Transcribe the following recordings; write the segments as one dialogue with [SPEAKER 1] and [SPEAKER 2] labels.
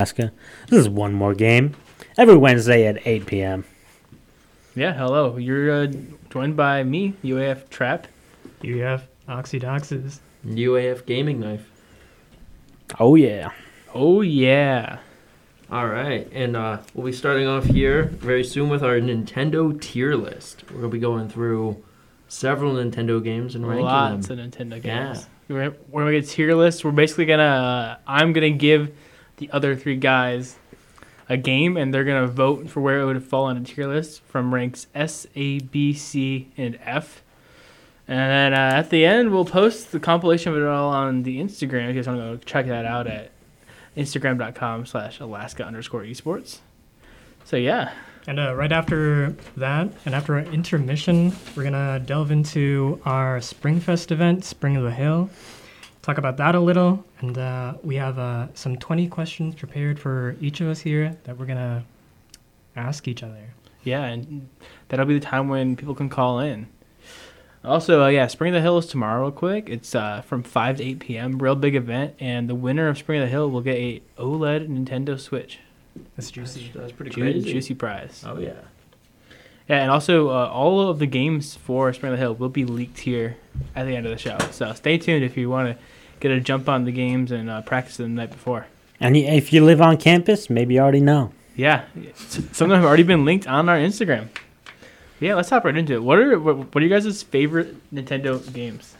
[SPEAKER 1] Alaska. This is one more game. Every Wednesday at 8 p.m.
[SPEAKER 2] Yeah, hello. You're uh, joined by me, UAF Trap.
[SPEAKER 3] You have oxydoxes.
[SPEAKER 4] UAF gaming knife.
[SPEAKER 1] Oh, yeah.
[SPEAKER 2] Oh, yeah.
[SPEAKER 4] All right, and uh, we'll be starting off here very soon with our Nintendo tier list. We're gonna be going through several Nintendo games and ranking
[SPEAKER 2] Lots
[SPEAKER 4] them.
[SPEAKER 2] of Nintendo
[SPEAKER 4] Yeah.
[SPEAKER 2] games. We're, we're gonna get tier lists. We're basically gonna. I'm gonna give the other three guys a game, and they're gonna vote for where it would fall on a tier list from ranks S, A, B, C, and F. And then uh, at the end, we'll post the compilation of it all on the Instagram. If you guys want to go check that out at instagram.com slash Alaska underscore esports. So yeah,
[SPEAKER 3] And uh, right after that, and after our intermission, we're gonna delve into our Springfest event, Spring of the Hill. Talk about that a little, and uh, we have uh, some 20 questions prepared for each of us here that we're gonna ask each other.
[SPEAKER 2] Yeah, and that'll be the time when people can call in. Also, uh, yeah, Spring of the Hill is tomorrow, real quick. It's uh, from 5 to 8 p.m. Real big event, and the winner of Spring of the Hill will get a OLED Nintendo Switch.
[SPEAKER 3] That's juicy.
[SPEAKER 4] That's pretty
[SPEAKER 2] Ju-
[SPEAKER 4] crazy.
[SPEAKER 2] Juicy prize.
[SPEAKER 4] Oh yeah.
[SPEAKER 2] Yeah, and also, uh, all of the games for Spring of the Hill will be leaked here at the end of the show. So stay tuned if you want to get a jump on the games and uh, practice them the night before.
[SPEAKER 1] And y- if you live on campus, maybe you already know.
[SPEAKER 2] Yeah, s- some of them have already been linked on our Instagram. Yeah, let's hop right into it. What are what what are you guys' favorite Nintendo games,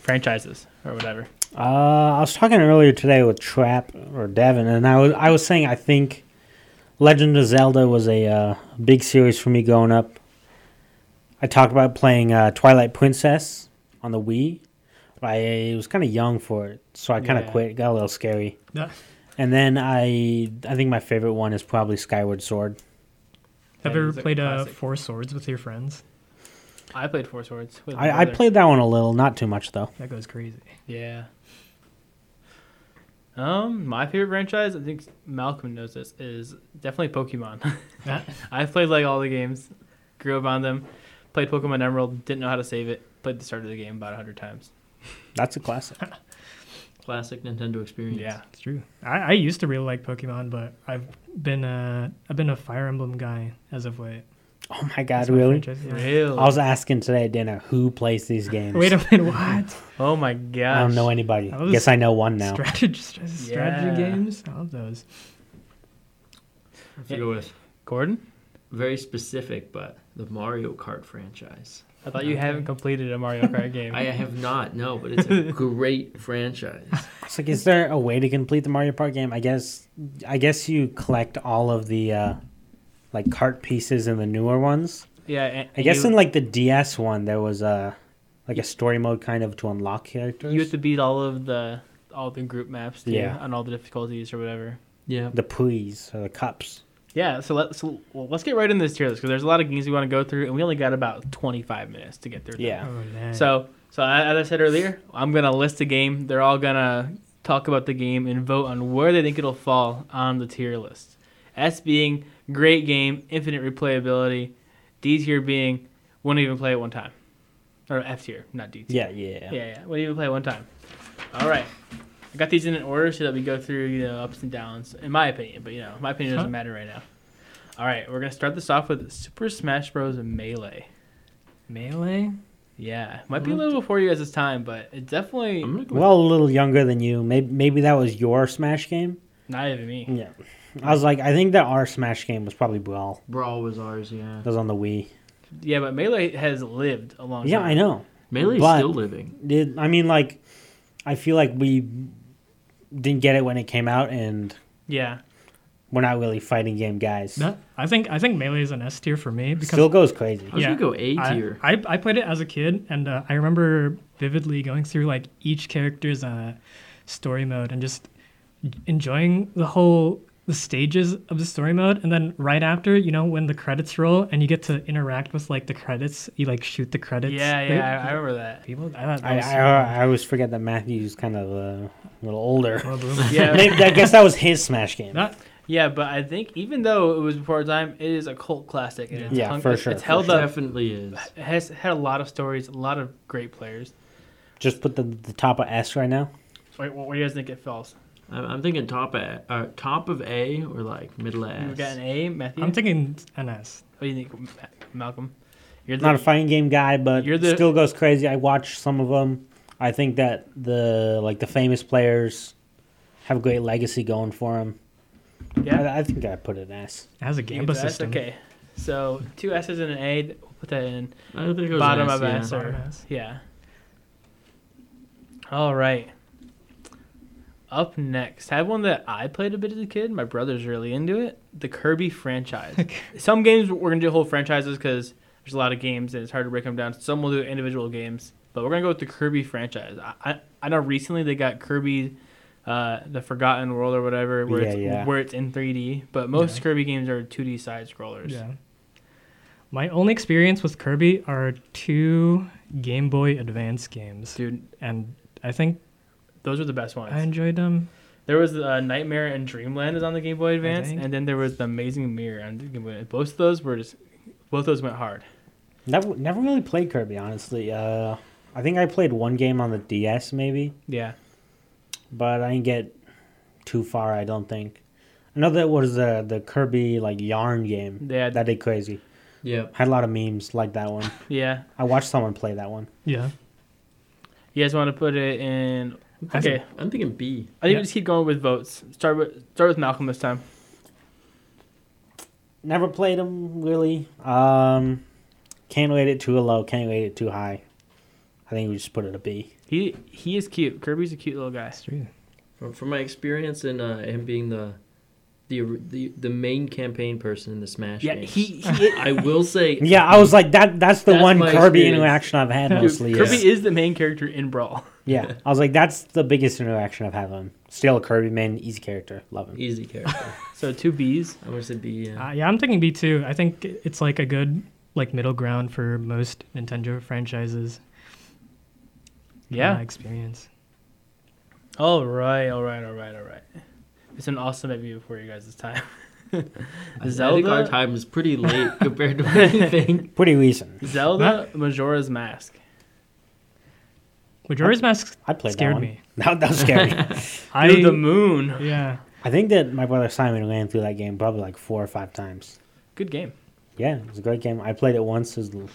[SPEAKER 2] franchises, or whatever?
[SPEAKER 1] Uh, I was talking earlier today with Trap or Devin, and I was I was saying I think Legend of Zelda was a uh, big series for me growing up. I talked about playing uh, Twilight Princess on the Wii. but I was kind of young for it, so I kind of
[SPEAKER 2] Yeah.
[SPEAKER 1] quit. It got a little scary.
[SPEAKER 3] Yeah.
[SPEAKER 1] And then I I think my favorite one is probably Skyward Sword.
[SPEAKER 3] Have
[SPEAKER 2] That
[SPEAKER 3] you ever
[SPEAKER 2] is a
[SPEAKER 3] played uh,
[SPEAKER 2] classic.
[SPEAKER 3] Four Swords with your friends?
[SPEAKER 2] I played Four Swords. With my
[SPEAKER 1] I, I
[SPEAKER 2] brother.
[SPEAKER 1] played that one a little, not too much though.
[SPEAKER 3] That goes crazy.
[SPEAKER 2] Yeah. Um, my favorite franchise, I think Malcolm knows this, is definitely Pokemon.
[SPEAKER 3] Yeah.
[SPEAKER 2] I've played like all the games, grew up on them, played Pokemon Emerald, didn't know how to save it, played the start of the game about hundred times.
[SPEAKER 1] That's a classic.
[SPEAKER 4] Classic Nintendo experience.
[SPEAKER 2] Yeah.
[SPEAKER 3] It's true. I, I used to really like Pokemon, but I've been a I've been a Fire Emblem guy as of late.
[SPEAKER 1] Oh my god,
[SPEAKER 3] That's my
[SPEAKER 1] really?
[SPEAKER 3] franchise, yeah.
[SPEAKER 2] Really?
[SPEAKER 1] I was asking today at dinner who plays these games.
[SPEAKER 3] Wait a minute, what?
[SPEAKER 2] oh my gosh.
[SPEAKER 1] I don't know anybody.
[SPEAKER 3] I was-
[SPEAKER 1] Guess I know one now.
[SPEAKER 3] Strategy, stra-
[SPEAKER 2] Yeah.
[SPEAKER 3] strategy games. I love those.
[SPEAKER 4] I have to go with
[SPEAKER 2] Gordon,
[SPEAKER 4] very specific, but the Mario Kart franchise.
[SPEAKER 2] I thought you haven't completed a Mario Kart game.
[SPEAKER 4] I uh, have not, no, but it's a great franchise.
[SPEAKER 1] It's like, is there a way to complete the Mario Kart game? I guess, I guess you collect all of the uh, like cart pieces in the newer ones.
[SPEAKER 2] Yeah, and
[SPEAKER 1] I guess
[SPEAKER 2] you,
[SPEAKER 1] in like the DS one, there was a like a story mode kind of to unlock characters.
[SPEAKER 2] you have to beat all of the all the group maps, too,
[SPEAKER 1] Yeah.
[SPEAKER 2] on all the difficulties or whatever.
[SPEAKER 4] Yeah.
[SPEAKER 1] the please or the cups.
[SPEAKER 2] Yeah, so let's so, well, let's get right into this tier list because there's a lot of games we want to go through, and we only got about 25 minutes to get through. them.
[SPEAKER 1] Yeah.
[SPEAKER 3] Oh, man.
[SPEAKER 2] So so a- as I said earlier, I'm gonna list a game. They're all gonna talk about the game and vote on where they think it'll fall on the tier list. S being great game, infinite replayability. D tier being won't even play it one time, or F tier, not D
[SPEAKER 1] Yeah,
[SPEAKER 2] tier.
[SPEAKER 1] yeah.
[SPEAKER 2] Yeah, yeah. We'll even play one time. All right. I got these in an order so that we go through, you know, ups and downs, in my opinion. But, you know, my opinion doesn't
[SPEAKER 3] Huh.
[SPEAKER 2] matter right now. All right. We're going to start this off with Super Smash Bros. Melee.
[SPEAKER 3] melee.
[SPEAKER 2] Yeah. Might be a little before you guys' time, but it definitely
[SPEAKER 4] I'm gonna go
[SPEAKER 1] Well, a little younger than you. Maybe maybe that was your Smash game.
[SPEAKER 2] not even me.
[SPEAKER 1] Yeah. I was like, I think that our Smash game was probably Brawl.
[SPEAKER 4] with Brawl was ours, yeah.
[SPEAKER 1] That was on the Wii.
[SPEAKER 2] Yeah, but Melee has lived a long
[SPEAKER 1] Yeah,
[SPEAKER 2] time.
[SPEAKER 1] I know.
[SPEAKER 4] Melee's
[SPEAKER 1] But-
[SPEAKER 4] still living.
[SPEAKER 1] Did I mean like? I feel like we didn't get it when it came out, and
[SPEAKER 2] Yeah.
[SPEAKER 1] we're not really fighting game guys.
[SPEAKER 3] That, I think I think melee is an S tier for me because
[SPEAKER 1] Still goes crazy.
[SPEAKER 4] I was
[SPEAKER 3] Yeah.
[SPEAKER 4] gonna go A
[SPEAKER 3] I,
[SPEAKER 4] tier.
[SPEAKER 3] I I played it as a kid and uh, I remember vividly going through like each character's uh, story mode and just enjoying the whole the stages of the story mode and then right after you know when the credits roll and you get to interact with like the credits you like shoot the credits
[SPEAKER 2] yeah,
[SPEAKER 3] Like,
[SPEAKER 2] yeah. I, I remember that.
[SPEAKER 3] people I, thought that
[SPEAKER 1] I,
[SPEAKER 3] was-
[SPEAKER 1] I, I always forget that Matthew's kind of uh, a little older.
[SPEAKER 3] Well, boom.
[SPEAKER 2] Yeah.
[SPEAKER 1] Maybe- I guess that was his Smash game.
[SPEAKER 3] That-
[SPEAKER 2] yeah, but I think even though it was before our time, it is a cult classic. And it's
[SPEAKER 1] Yeah,
[SPEAKER 2] hung-
[SPEAKER 1] for
[SPEAKER 2] it's-
[SPEAKER 1] sure,
[SPEAKER 2] It's
[SPEAKER 1] for
[SPEAKER 2] held up.
[SPEAKER 4] Definitely is.
[SPEAKER 2] It has had a lot of stories, a lot of great players.
[SPEAKER 1] Just put the, the top of S right now.
[SPEAKER 2] Wait, what, what do you guys think it falls?
[SPEAKER 4] I'm, I'm thinking top A, uh, top of A or like middle A.
[SPEAKER 2] You got an A, Matthew.
[SPEAKER 3] I'm thinking NS.
[SPEAKER 2] what do you think, Ma- Malcolm? You're
[SPEAKER 1] Not a fighting game guy, but
[SPEAKER 2] You're the-
[SPEAKER 1] still goes crazy. I watch some of them. I think that the like the famous players have a great legacy going for them.
[SPEAKER 2] yeah.
[SPEAKER 1] I, I think I put it as.
[SPEAKER 3] It has a
[SPEAKER 2] You
[SPEAKER 3] Gamba
[SPEAKER 2] get that?
[SPEAKER 3] system.
[SPEAKER 2] Okay. So two S's and an A. We'll put that in.
[SPEAKER 4] I think it was
[SPEAKER 2] Bottom
[SPEAKER 4] an
[SPEAKER 2] of
[SPEAKER 4] yeah.
[SPEAKER 2] S.
[SPEAKER 3] Bottom
[SPEAKER 2] Or,
[SPEAKER 3] S.
[SPEAKER 2] yeah. All right. Up next, I have one that I played a bit as a kid. My brother's really into it. The Kirby franchise. Some games we're gonna do whole franchises because there's a lot of games and it's hard to break them down. Some will do individual games, but we're gonna go with the Kirby franchise. I I, I know recently they got Kirby, uh, the Forgotten World or whatever, where it's
[SPEAKER 1] Yeah, yeah.
[SPEAKER 2] where it's in 3D. But most
[SPEAKER 3] Yeah.
[SPEAKER 2] Kirby games are 2D side scrollers.
[SPEAKER 3] Yeah. My only experience with Kirby are two Game Boy Advance games,
[SPEAKER 2] Dude,
[SPEAKER 3] and I think
[SPEAKER 2] those are the best ones.
[SPEAKER 3] I enjoyed them.
[SPEAKER 2] There was uh, Nightmare and Dreamland is on the Game Boy Advance,
[SPEAKER 3] think.
[SPEAKER 2] and then there was the Amazing Mirror on the Game Boy. Both of those were just, both of those went hard.
[SPEAKER 1] Never, never really played Kirby, honestly. Uh, I think I played one game on the DS, maybe,
[SPEAKER 2] Yeah,
[SPEAKER 1] but I didn't get too far. I don't think. I know that was the the Kirby like yarn game
[SPEAKER 2] they had,
[SPEAKER 1] that did crazy.
[SPEAKER 4] Yep.
[SPEAKER 1] Had a lot of memes like that one.
[SPEAKER 2] yeah.
[SPEAKER 1] I watched someone play that one.
[SPEAKER 3] Yeah.
[SPEAKER 2] You guys want to put it in?
[SPEAKER 4] I'm
[SPEAKER 2] Okay,
[SPEAKER 4] thinking- I'm thinking B.
[SPEAKER 2] I think
[SPEAKER 3] Yeah.
[SPEAKER 2] we just keep going with votes. Start with start with Malcolm this time.
[SPEAKER 1] Never played them really. Um, can't rate it too low. Can't rate it too high. I think we just put it a B.
[SPEAKER 2] He he is cute. Kirby's a cute little guy.
[SPEAKER 3] That's true.
[SPEAKER 4] From, from my experience and uh, him being the, the the the main campaign person in the Smash.
[SPEAKER 2] Yeah,
[SPEAKER 4] games,
[SPEAKER 2] he, he is,
[SPEAKER 4] I will say.
[SPEAKER 1] Yeah, I was like that. That's the
[SPEAKER 4] That's
[SPEAKER 1] one
[SPEAKER 4] my
[SPEAKER 1] Kirby
[SPEAKER 4] experience.
[SPEAKER 1] interaction I've had
[SPEAKER 2] dude,
[SPEAKER 1] mostly.
[SPEAKER 2] Kirby
[SPEAKER 1] is-
[SPEAKER 2] is the main character in Brawl.
[SPEAKER 1] Yeah, I was like, that's the biggest interaction I've had with him. Still a Kirby man, easy character, love him.
[SPEAKER 4] Easy character.
[SPEAKER 2] So two B's.
[SPEAKER 4] I would say B. Yeah.
[SPEAKER 3] Uh, yeah, I'm thinking B2. I think it's like a good like middle ground for most Nintendo franchises. in
[SPEAKER 2] Yeah.
[SPEAKER 3] My experience.
[SPEAKER 2] All right, all right, all right, all right. It's an awesome review for you guys this time.
[SPEAKER 4] I- I think
[SPEAKER 2] Zelda?
[SPEAKER 4] our time is pretty late compared to anything.
[SPEAKER 1] Pretty recent.
[SPEAKER 2] Zelda Majora's Mask.
[SPEAKER 3] Majora's Mask
[SPEAKER 1] I played that
[SPEAKER 3] scared
[SPEAKER 1] one.
[SPEAKER 3] me.
[SPEAKER 1] That, that was scary.
[SPEAKER 3] I
[SPEAKER 2] Dude, the moon.
[SPEAKER 3] yeah.
[SPEAKER 1] I think that my brother Simon ran through that game probably like four or five times.
[SPEAKER 2] Good game.
[SPEAKER 1] Yeah, it was a great game. I played it once. It was,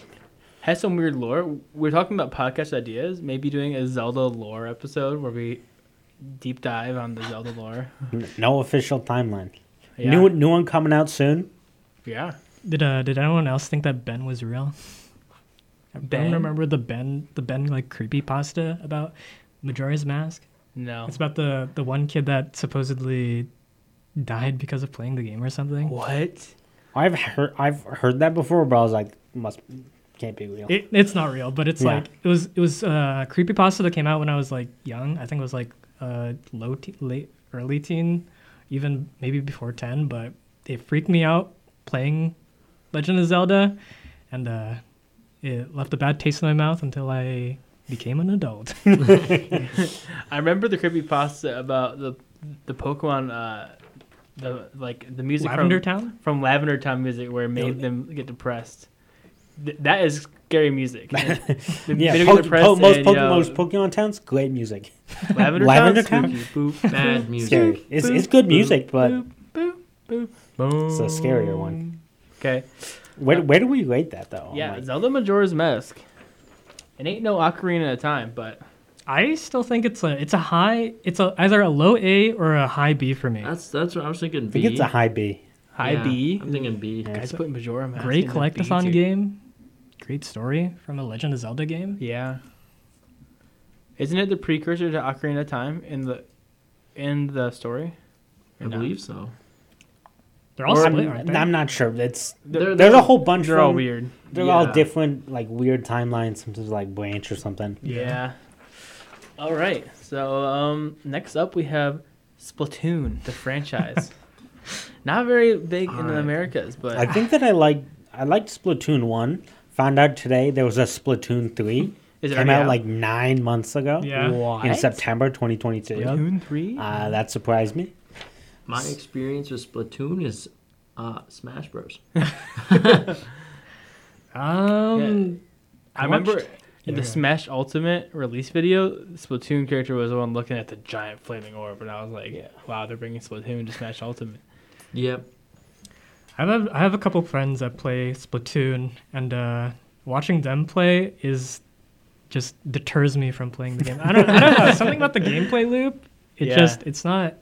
[SPEAKER 2] Has some weird lore. We're talking about podcast ideas. Maybe doing a Zelda lore episode where we deep dive on the Zelda lore.
[SPEAKER 1] n- no official timeline.
[SPEAKER 2] Yeah.
[SPEAKER 1] New, new one coming out soon.
[SPEAKER 2] yeah.
[SPEAKER 3] Did uh did anyone else think that Ben was real? Ben?
[SPEAKER 2] Ben?
[SPEAKER 3] remember the Ben the Ben like creepy pasta about Majora's Mask?
[SPEAKER 2] No.
[SPEAKER 3] It's about the the one kid that supposedly died because of playing the game or something.
[SPEAKER 2] What?
[SPEAKER 1] I've heard I've heard that before, but I was like, must can't be real.
[SPEAKER 3] It, it's not real, but it's
[SPEAKER 1] Yeah.
[SPEAKER 3] like it was it was uh creepy pasta that came out when I was like young. I think it was like uh low te- late early teen, even maybe before 10, but it freaked me out playing Legend of Zelda and uh it left a bad taste in my mouth until I became an adult.
[SPEAKER 2] I remember the creepypasta about the the Pokemon uh the like the music
[SPEAKER 3] Lavender
[SPEAKER 2] from
[SPEAKER 3] Town?
[SPEAKER 2] from Lavender Town music where it made them get depressed. Th- that is scary music.
[SPEAKER 1] yeah,
[SPEAKER 2] They
[SPEAKER 1] Poke-
[SPEAKER 2] get depressed
[SPEAKER 1] Po- most,
[SPEAKER 2] and,
[SPEAKER 1] Poke-
[SPEAKER 2] you know,
[SPEAKER 1] most Pokemon towns, great music.
[SPEAKER 2] Lavender,
[SPEAKER 1] Lavender
[SPEAKER 2] Town.
[SPEAKER 1] Town?
[SPEAKER 2] Spooky, boop.
[SPEAKER 4] Bad music.
[SPEAKER 1] Scary. It's, it's good music, but
[SPEAKER 2] boop, boop, boop.
[SPEAKER 1] it's a scarier one.
[SPEAKER 2] Okay.
[SPEAKER 1] Where, where do we rate that though?
[SPEAKER 2] yeah,
[SPEAKER 1] Like,
[SPEAKER 2] Zelda Majora's Mask. It ain't no Ocarina of Time, but
[SPEAKER 3] I still think it's a it's a high it's a either a low A or a high B for me.
[SPEAKER 4] That's that's what I was thinking.
[SPEAKER 1] I
[SPEAKER 4] B.
[SPEAKER 1] think it's a high B.
[SPEAKER 2] high
[SPEAKER 4] Yeah,
[SPEAKER 2] B.
[SPEAKER 4] I'm thinking B.
[SPEAKER 1] Yeah.
[SPEAKER 2] Guys put Majora Mask.
[SPEAKER 3] Great
[SPEAKER 2] in the B
[SPEAKER 3] collectathon
[SPEAKER 2] tier.
[SPEAKER 3] game. Great story from a Legend of Zelda game.
[SPEAKER 2] Yeah. Isn't it the precursor to Ocarina of Time in the in the story?
[SPEAKER 4] I
[SPEAKER 2] Or not?
[SPEAKER 4] believe so.
[SPEAKER 3] They're all
[SPEAKER 1] Or
[SPEAKER 3] split,
[SPEAKER 1] I'm,
[SPEAKER 3] aren't they?
[SPEAKER 1] I'm not sure. It's
[SPEAKER 4] They're-
[SPEAKER 1] there's a whole bunch.
[SPEAKER 2] They're all
[SPEAKER 1] from-
[SPEAKER 2] weird.
[SPEAKER 1] They're all
[SPEAKER 4] Yeah.
[SPEAKER 1] different, like weird timelines. Sometimes like branch or something.
[SPEAKER 2] Yeah.
[SPEAKER 3] Yeah.
[SPEAKER 2] All right. So um, next up we have Splatoon, the franchise. Not very big in the
[SPEAKER 4] Alright.
[SPEAKER 2] Americas, but
[SPEAKER 1] I think that I like I liked Splatoon one. Found out today there was a Splatoon three.
[SPEAKER 2] is it
[SPEAKER 1] Came
[SPEAKER 2] already
[SPEAKER 1] out like nine months ago.
[SPEAKER 3] Yeah.
[SPEAKER 1] In
[SPEAKER 2] What?
[SPEAKER 1] September 2022.
[SPEAKER 2] Splatoon three?
[SPEAKER 1] Uh, that surprised me.
[SPEAKER 4] My experience with Splatoon is uh, Smash Bros.
[SPEAKER 3] Um,
[SPEAKER 2] I remember In
[SPEAKER 3] Yeah.
[SPEAKER 2] the Smash Ultimate release video, Splatoon character was the one looking at the giant flaming orb, and I was like,
[SPEAKER 1] Yeah.
[SPEAKER 2] "Wow, they're bringing Splatoon to Smash Ultimate."
[SPEAKER 4] Yep.
[SPEAKER 3] I have I have a couple friends that play Splatoon, and uh, watching them play is just deters me from playing the game. I don't, I don't know something about the gameplay loop. It
[SPEAKER 2] Yeah.
[SPEAKER 3] just it's not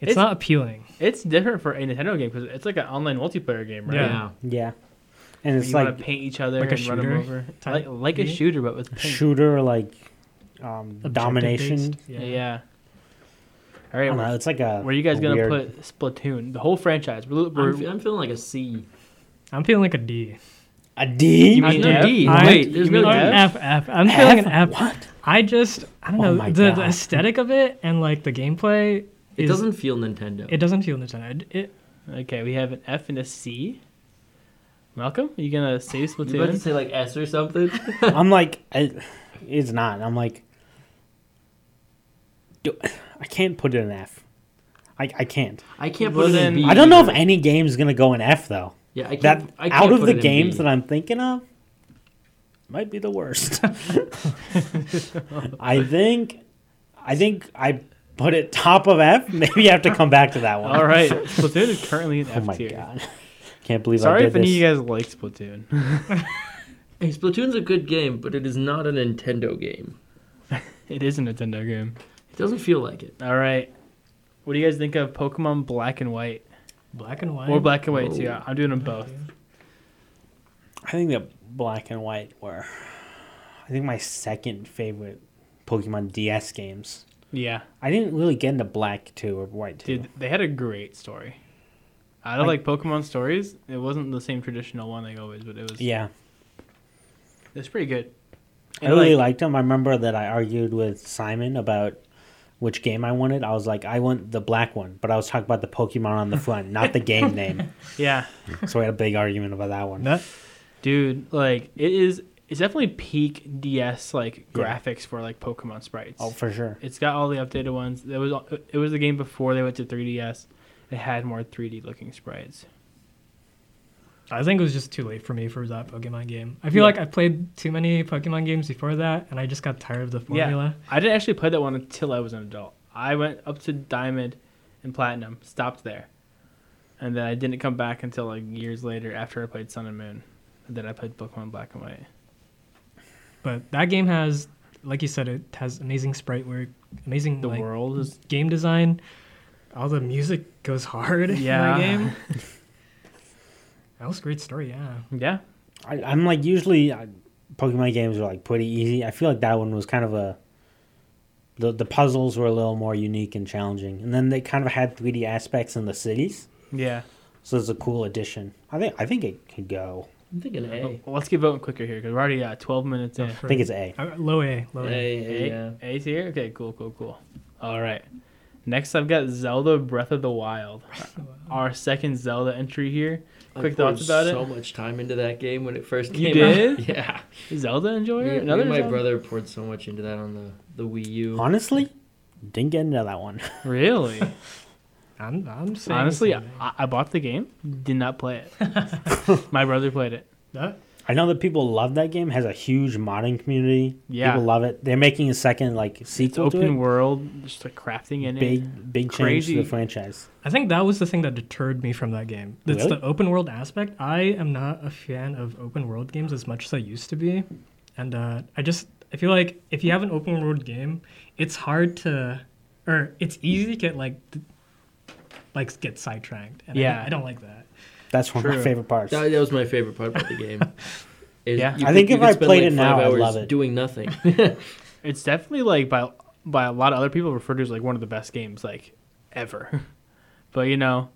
[SPEAKER 3] it's,
[SPEAKER 2] It's-
[SPEAKER 3] not appealing.
[SPEAKER 2] It's different for a Nintendo game because it's like an online multiplayer game, right?
[SPEAKER 3] Yeah.
[SPEAKER 4] Yeah.
[SPEAKER 1] Yeah, and
[SPEAKER 2] Where
[SPEAKER 1] it's
[SPEAKER 2] you
[SPEAKER 1] like
[SPEAKER 2] want to paint each other
[SPEAKER 3] like a
[SPEAKER 2] and run them
[SPEAKER 3] shooter
[SPEAKER 2] over,
[SPEAKER 3] type
[SPEAKER 2] like, like a
[SPEAKER 3] game?
[SPEAKER 2] shooter but with paint.
[SPEAKER 1] shooter like um, domination.
[SPEAKER 3] Objective-based.
[SPEAKER 2] Yeah. All
[SPEAKER 1] I
[SPEAKER 2] right,
[SPEAKER 1] don't know. It's like a.
[SPEAKER 2] where are you guys
[SPEAKER 1] a
[SPEAKER 2] gonna
[SPEAKER 1] weird-
[SPEAKER 2] put Splatoon? The whole franchise. We're, we're,
[SPEAKER 4] I'm, fe- I'm feeling like a C.
[SPEAKER 3] I'm feeling like a D.
[SPEAKER 1] a D?
[SPEAKER 2] You
[SPEAKER 4] There's
[SPEAKER 2] mean
[SPEAKER 4] no
[SPEAKER 2] F?
[SPEAKER 4] D.
[SPEAKER 3] I-
[SPEAKER 4] Wait, there's
[SPEAKER 2] you mean
[SPEAKER 4] no
[SPEAKER 3] Or
[SPEAKER 4] D.
[SPEAKER 2] F?
[SPEAKER 3] F F. I'm feeling an
[SPEAKER 1] F?
[SPEAKER 3] F.
[SPEAKER 1] What?
[SPEAKER 3] I just I don't
[SPEAKER 1] Oh
[SPEAKER 3] know
[SPEAKER 1] my
[SPEAKER 3] the, the
[SPEAKER 1] God.
[SPEAKER 3] aesthetic of it and like the gameplay.
[SPEAKER 4] It
[SPEAKER 3] is-
[SPEAKER 4] doesn't feel Nintendo.
[SPEAKER 3] It doesn't feel Nintendo. It, it,
[SPEAKER 2] okay, we have an F and a C. Malcolm, are you gonna save
[SPEAKER 4] you about to
[SPEAKER 2] Splatoon?
[SPEAKER 4] say like S or something?
[SPEAKER 1] I'm like, I, it's not. I'm like, do- I can't put it in F. I, I can't.
[SPEAKER 4] I can't
[SPEAKER 2] Well,
[SPEAKER 4] put it in
[SPEAKER 2] then-
[SPEAKER 4] B.
[SPEAKER 1] I don't know if
[SPEAKER 4] either.
[SPEAKER 1] any game's gonna go in F though.
[SPEAKER 4] Yeah, I
[SPEAKER 1] That
[SPEAKER 4] can't, I can't
[SPEAKER 1] out of
[SPEAKER 4] put
[SPEAKER 1] the
[SPEAKER 4] it in
[SPEAKER 1] games
[SPEAKER 4] B.
[SPEAKER 1] that I'm thinking of, might be the worst. I think, I think I put it top of F. Maybe you have to come back to that one.
[SPEAKER 2] All right, Splatoon is currently in
[SPEAKER 1] Oh
[SPEAKER 2] F
[SPEAKER 1] my
[SPEAKER 2] tier.
[SPEAKER 1] god. Can't believe I
[SPEAKER 2] Sorry
[SPEAKER 1] did
[SPEAKER 2] if any of
[SPEAKER 1] this.
[SPEAKER 2] you guys like Splatoon.
[SPEAKER 4] Hey, Splatoon's a good game, but it is not a Nintendo game.
[SPEAKER 2] it is a Nintendo game.
[SPEAKER 4] It doesn't feel like it.
[SPEAKER 2] All right. What do you guys think of Pokemon Black and White?
[SPEAKER 3] black and white.
[SPEAKER 2] Or Black and White, too.
[SPEAKER 4] Oh.
[SPEAKER 2] I'm doing them both.
[SPEAKER 1] I think that Black and White were, I think my second favorite Pokemon DS games.
[SPEAKER 2] Yeah.
[SPEAKER 1] I didn't really get into Black two or White two.
[SPEAKER 2] Dude, they had a great story. I don't like Pokemon stories. It wasn't the same traditional one like always, but it was
[SPEAKER 1] yeah,
[SPEAKER 2] it was pretty good.
[SPEAKER 1] I
[SPEAKER 2] And,
[SPEAKER 1] really
[SPEAKER 2] like,
[SPEAKER 1] liked them. I remember that I argued with Simon about which game I wanted. I was like, I want the black one, but I was talking about the Pokemon on the front, not the game name.
[SPEAKER 2] Yeah.
[SPEAKER 1] So we had a big argument about that one.
[SPEAKER 3] That-
[SPEAKER 2] Dude, like it is it's definitely peak DS like graphics for like Pokemon sprites.
[SPEAKER 1] Oh, for sure.
[SPEAKER 2] It's got all the updated ones. It was it was the game before they went to 3DS. It had more 3D looking sprites.
[SPEAKER 3] I think it was just too late for me for that Pokemon game. I feel
[SPEAKER 2] Yeah.
[SPEAKER 3] like I played too many Pokemon games before that, and I just got tired of the formula.
[SPEAKER 2] I didn't actually play that one until I was an adult. I went up to Diamond and Platinum, stopped there. And then I didn't come back until like years later after I played Sun and Moon. And then I played Pokemon Black and White.
[SPEAKER 3] But that game has, like you said, it has amazing sprite work, amazing
[SPEAKER 2] The
[SPEAKER 3] like,
[SPEAKER 2] world is
[SPEAKER 3] game design. All the music goes hard
[SPEAKER 2] Yeah.
[SPEAKER 3] in that game. that was a great story, yeah.
[SPEAKER 2] yeah.
[SPEAKER 1] I, I'm like, usually I, Pokemon games are like pretty easy. I feel like that one was kind of a. The, the puzzles were a little more unique and challenging. And then they kind of had 3D aspects in the cities.
[SPEAKER 2] Yeah.
[SPEAKER 1] So it's a cool addition. I think I think it could go.
[SPEAKER 4] I'm thinking A.
[SPEAKER 2] Well, let's get voting quicker here because we're already uh, 12 minutes in.
[SPEAKER 1] I think it's A.
[SPEAKER 3] Uh, low A,
[SPEAKER 1] Oh,
[SPEAKER 3] low
[SPEAKER 4] A,
[SPEAKER 3] A.
[SPEAKER 4] A, yeah.
[SPEAKER 2] A, A tier? Okay, cool, cool, cool. All right. Next, I've got Zelda Breath of the Wild. Our second Zelda entry here. Quick
[SPEAKER 4] I
[SPEAKER 2] thoughts about
[SPEAKER 4] poured
[SPEAKER 2] it?
[SPEAKER 4] So much time into that game when it first
[SPEAKER 2] You
[SPEAKER 4] came out.
[SPEAKER 2] did?
[SPEAKER 4] Yeah.
[SPEAKER 2] Zelda
[SPEAKER 4] Me,
[SPEAKER 2] enjoyer?
[SPEAKER 4] me and
[SPEAKER 2] Another
[SPEAKER 4] my
[SPEAKER 2] Zelda?
[SPEAKER 4] brother poured so much into that on the, the Wii U.
[SPEAKER 1] Honestly, didn't get into that one.
[SPEAKER 2] Really?
[SPEAKER 3] I'm, I'm saying
[SPEAKER 2] Honestly,
[SPEAKER 3] it's
[SPEAKER 2] I,
[SPEAKER 3] an
[SPEAKER 2] I bought the game, did not play it. My brother played it.
[SPEAKER 3] A. That-
[SPEAKER 1] I know that people love that game. Has a huge modding community.
[SPEAKER 2] Yeah.
[SPEAKER 1] people love it. They're making a second like
[SPEAKER 2] It's
[SPEAKER 1] sequel
[SPEAKER 2] open
[SPEAKER 1] to
[SPEAKER 2] world, just like crafting in
[SPEAKER 1] it.
[SPEAKER 2] it.
[SPEAKER 1] Big big change
[SPEAKER 2] Crazy.
[SPEAKER 1] to the franchise.
[SPEAKER 3] I think that was the thing that deterred me from that game. It's
[SPEAKER 1] Really?
[SPEAKER 3] the open world aspect. I am not a fan of open world games as much as I used to be, and uh, I just I feel like if you have an open world game, it's hard to, or it's easy to get like, th- like get sidetracked. And I-
[SPEAKER 2] Yeah.
[SPEAKER 3] I, don't like that.
[SPEAKER 1] That's one of
[SPEAKER 2] True.
[SPEAKER 1] my favorite parts.
[SPEAKER 4] That, that was my favorite part about the game. Is
[SPEAKER 2] Yeah.
[SPEAKER 4] you
[SPEAKER 1] I think
[SPEAKER 4] you
[SPEAKER 1] if I
[SPEAKER 4] spend,
[SPEAKER 1] played
[SPEAKER 4] like,
[SPEAKER 1] it now,
[SPEAKER 4] five
[SPEAKER 1] I'd
[SPEAKER 4] hours
[SPEAKER 1] love it.
[SPEAKER 4] doing nothing.
[SPEAKER 2] It's definitely like by by a lot of other people referred to as like one of the best games like ever. But you know,